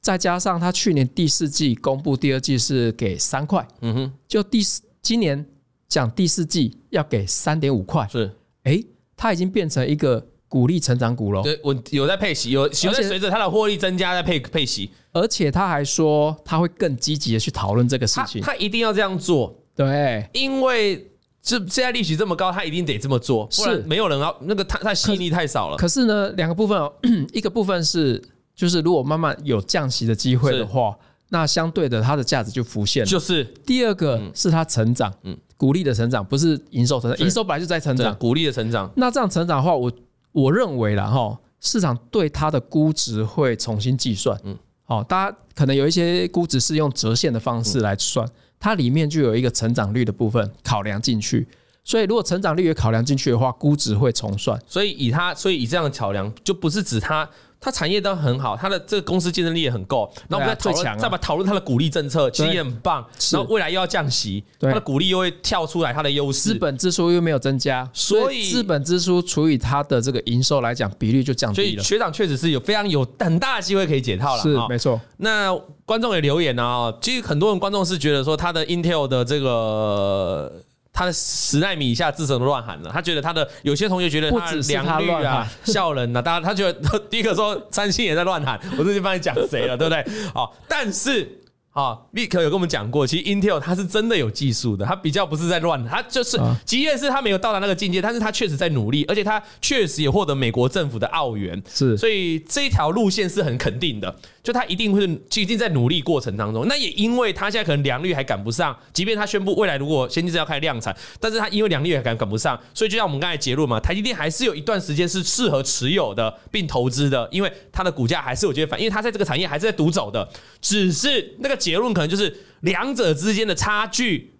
Speaker 1: 再加上它去年第四季公布第二季是给三块，
Speaker 2: 嗯哼，
Speaker 1: 就第四今年讲第四季要给三点五块，
Speaker 2: 是
Speaker 1: 诶，它已经变成一个鼓励成长股喽。
Speaker 2: 对，我有在配息，有有在
Speaker 1: 而且
Speaker 2: 随着它的获利增加在配配息，
Speaker 1: 而且他还说他会更积极的去讨论这个事
Speaker 2: 它
Speaker 1: 情，
Speaker 2: 它一定要这样做，
Speaker 1: 对，
Speaker 2: 因为这现在利息这么高，它一定得这么做，不然
Speaker 1: 是
Speaker 2: 没有人要那个它它吸引力太少了。
Speaker 1: 可是呢，两个部分、哦， 一个部分是就是如果慢慢有降息的机会
Speaker 2: 是
Speaker 1: 的话，那相对的它的价值就浮现了。
Speaker 2: 就是
Speaker 1: 第二个是它成长，
Speaker 2: 嗯
Speaker 1: 嗯，鼓励的成长，不是营收成
Speaker 2: 是
Speaker 1: 长，营收本来就在成
Speaker 2: 对
Speaker 1: 长。
Speaker 2: 鼓励的成长，
Speaker 1: 那这样成长的话，我我认为啦哈，市场对它的估值会重新计算，
Speaker 2: 嗯
Speaker 1: 嗯，好，大家可能有一些估值是用折现的方式来算，
Speaker 2: 嗯
Speaker 1: 它里面就有一个成长率的部分考量进去。所以，如果成长率也考量进去的话，估值会重算。
Speaker 2: 所以以它，所以以这样的考量，就不是指它，它产业都很好，它的这个公司竞争力也很够。然后我们再讨
Speaker 1: 最
Speaker 2: 论，
Speaker 1: 强啊
Speaker 2: 再把讨论它的鼓励政策，其实
Speaker 1: 对
Speaker 2: 也很棒。
Speaker 1: 是
Speaker 2: 然后未来又要降息，
Speaker 1: 对
Speaker 2: 它的鼓励又会跳出来它的优
Speaker 1: 资
Speaker 2: 势。
Speaker 1: 本支出又没有增加，
Speaker 2: 所以
Speaker 1: 所以资本支出除以它的这个营收来讲，比率就降
Speaker 2: 所
Speaker 1: 低
Speaker 2: 以
Speaker 1: 了。
Speaker 2: 学长确实是有非常有很大的机会可以解套了。
Speaker 1: 是
Speaker 2: 啊
Speaker 1: 没错，
Speaker 2: 那观众也留言啊，其实很多人观众是觉得说他的 Intel 的这个他的十纳米以下制程都乱喊啊了，他觉得他的有些同学觉得
Speaker 1: 不
Speaker 2: 他的
Speaker 1: 只是
Speaker 2: 良
Speaker 1: 他
Speaker 2: 率
Speaker 1: 乱
Speaker 2: 啊
Speaker 1: 喊、
Speaker 2: 效能啊，大家他觉得 第一个说三星也在乱喊，我这就帮你讲谁了，对不对？好，但是。啊 v i c 有跟我们讲过，其实 Intel 它是真的有技术的，它比较不是在乱，它就是
Speaker 1: 啊
Speaker 2: 即便是它没有到达那个境界，但是它确实在努力，而且它确实也获得美国政府的澳元，
Speaker 1: 是
Speaker 2: 所以这条路线是很肯定的，就他一定会，一定在努力过程当中。那也因为他现在可能良率还赶不上，即便他宣布未来如果先进制要开始量产，但是他因为良率还赶赶不上，所以就像我们刚才结论嘛，台积电还是有一段时间是适合持有的并投资的，因为它的股价还是有机会反，因为它在这个产业还是在独走的，只是那个结论可能就是两者之间的差距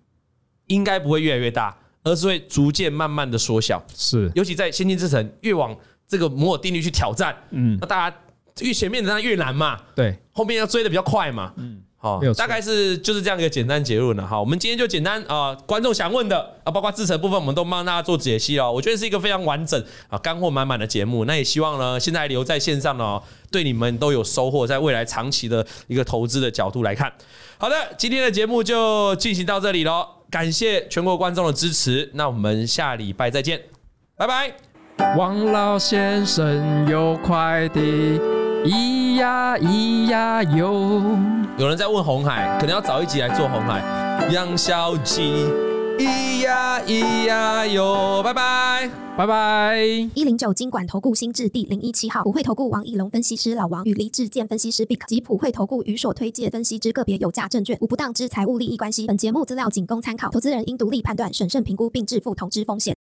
Speaker 2: 应该不会越来越大，而是会逐渐慢慢的缩小。
Speaker 1: 是
Speaker 2: 尤其在先进制程越往这个摩尔定律去挑战，嗯，那大家越前面的那越难嘛，
Speaker 1: 对，
Speaker 2: 后面要追的比较快嘛，嗯，好
Speaker 1: 没有，错
Speaker 2: 大概是就是这样一个简单结论了哈。我们今天就简单啊、呃观众想问的啊，包括制程部分，我们都帮大家做解析哦。我觉得是一个非常完整啊，干货满满的节目。那也希望呢，现在留在线上呢、哦，对你们都有收获，在未来长期的一个投资的角度来看。好的，今天的节目就进行到这里喽，感谢全国观众的支持，那我们下礼拜再见，拜拜。
Speaker 1: 王老先生有快递，咿呀咿呀哟。
Speaker 2: 有人在问红海，可能要早一集来做红海。杨小鸡，咿呀咿呀哟，拜拜。
Speaker 1: 拜拜。
Speaker 3: 一零九金管投顾新置第零一七号，普惠投顾王以龙分析师老王与黎志健分析师 Bic 及普惠投顾与所推介分析之个别有价证券无不当之财务利益关系。本节目资料仅供参考，投资人应独立判断、审慎评估并自负投资风险。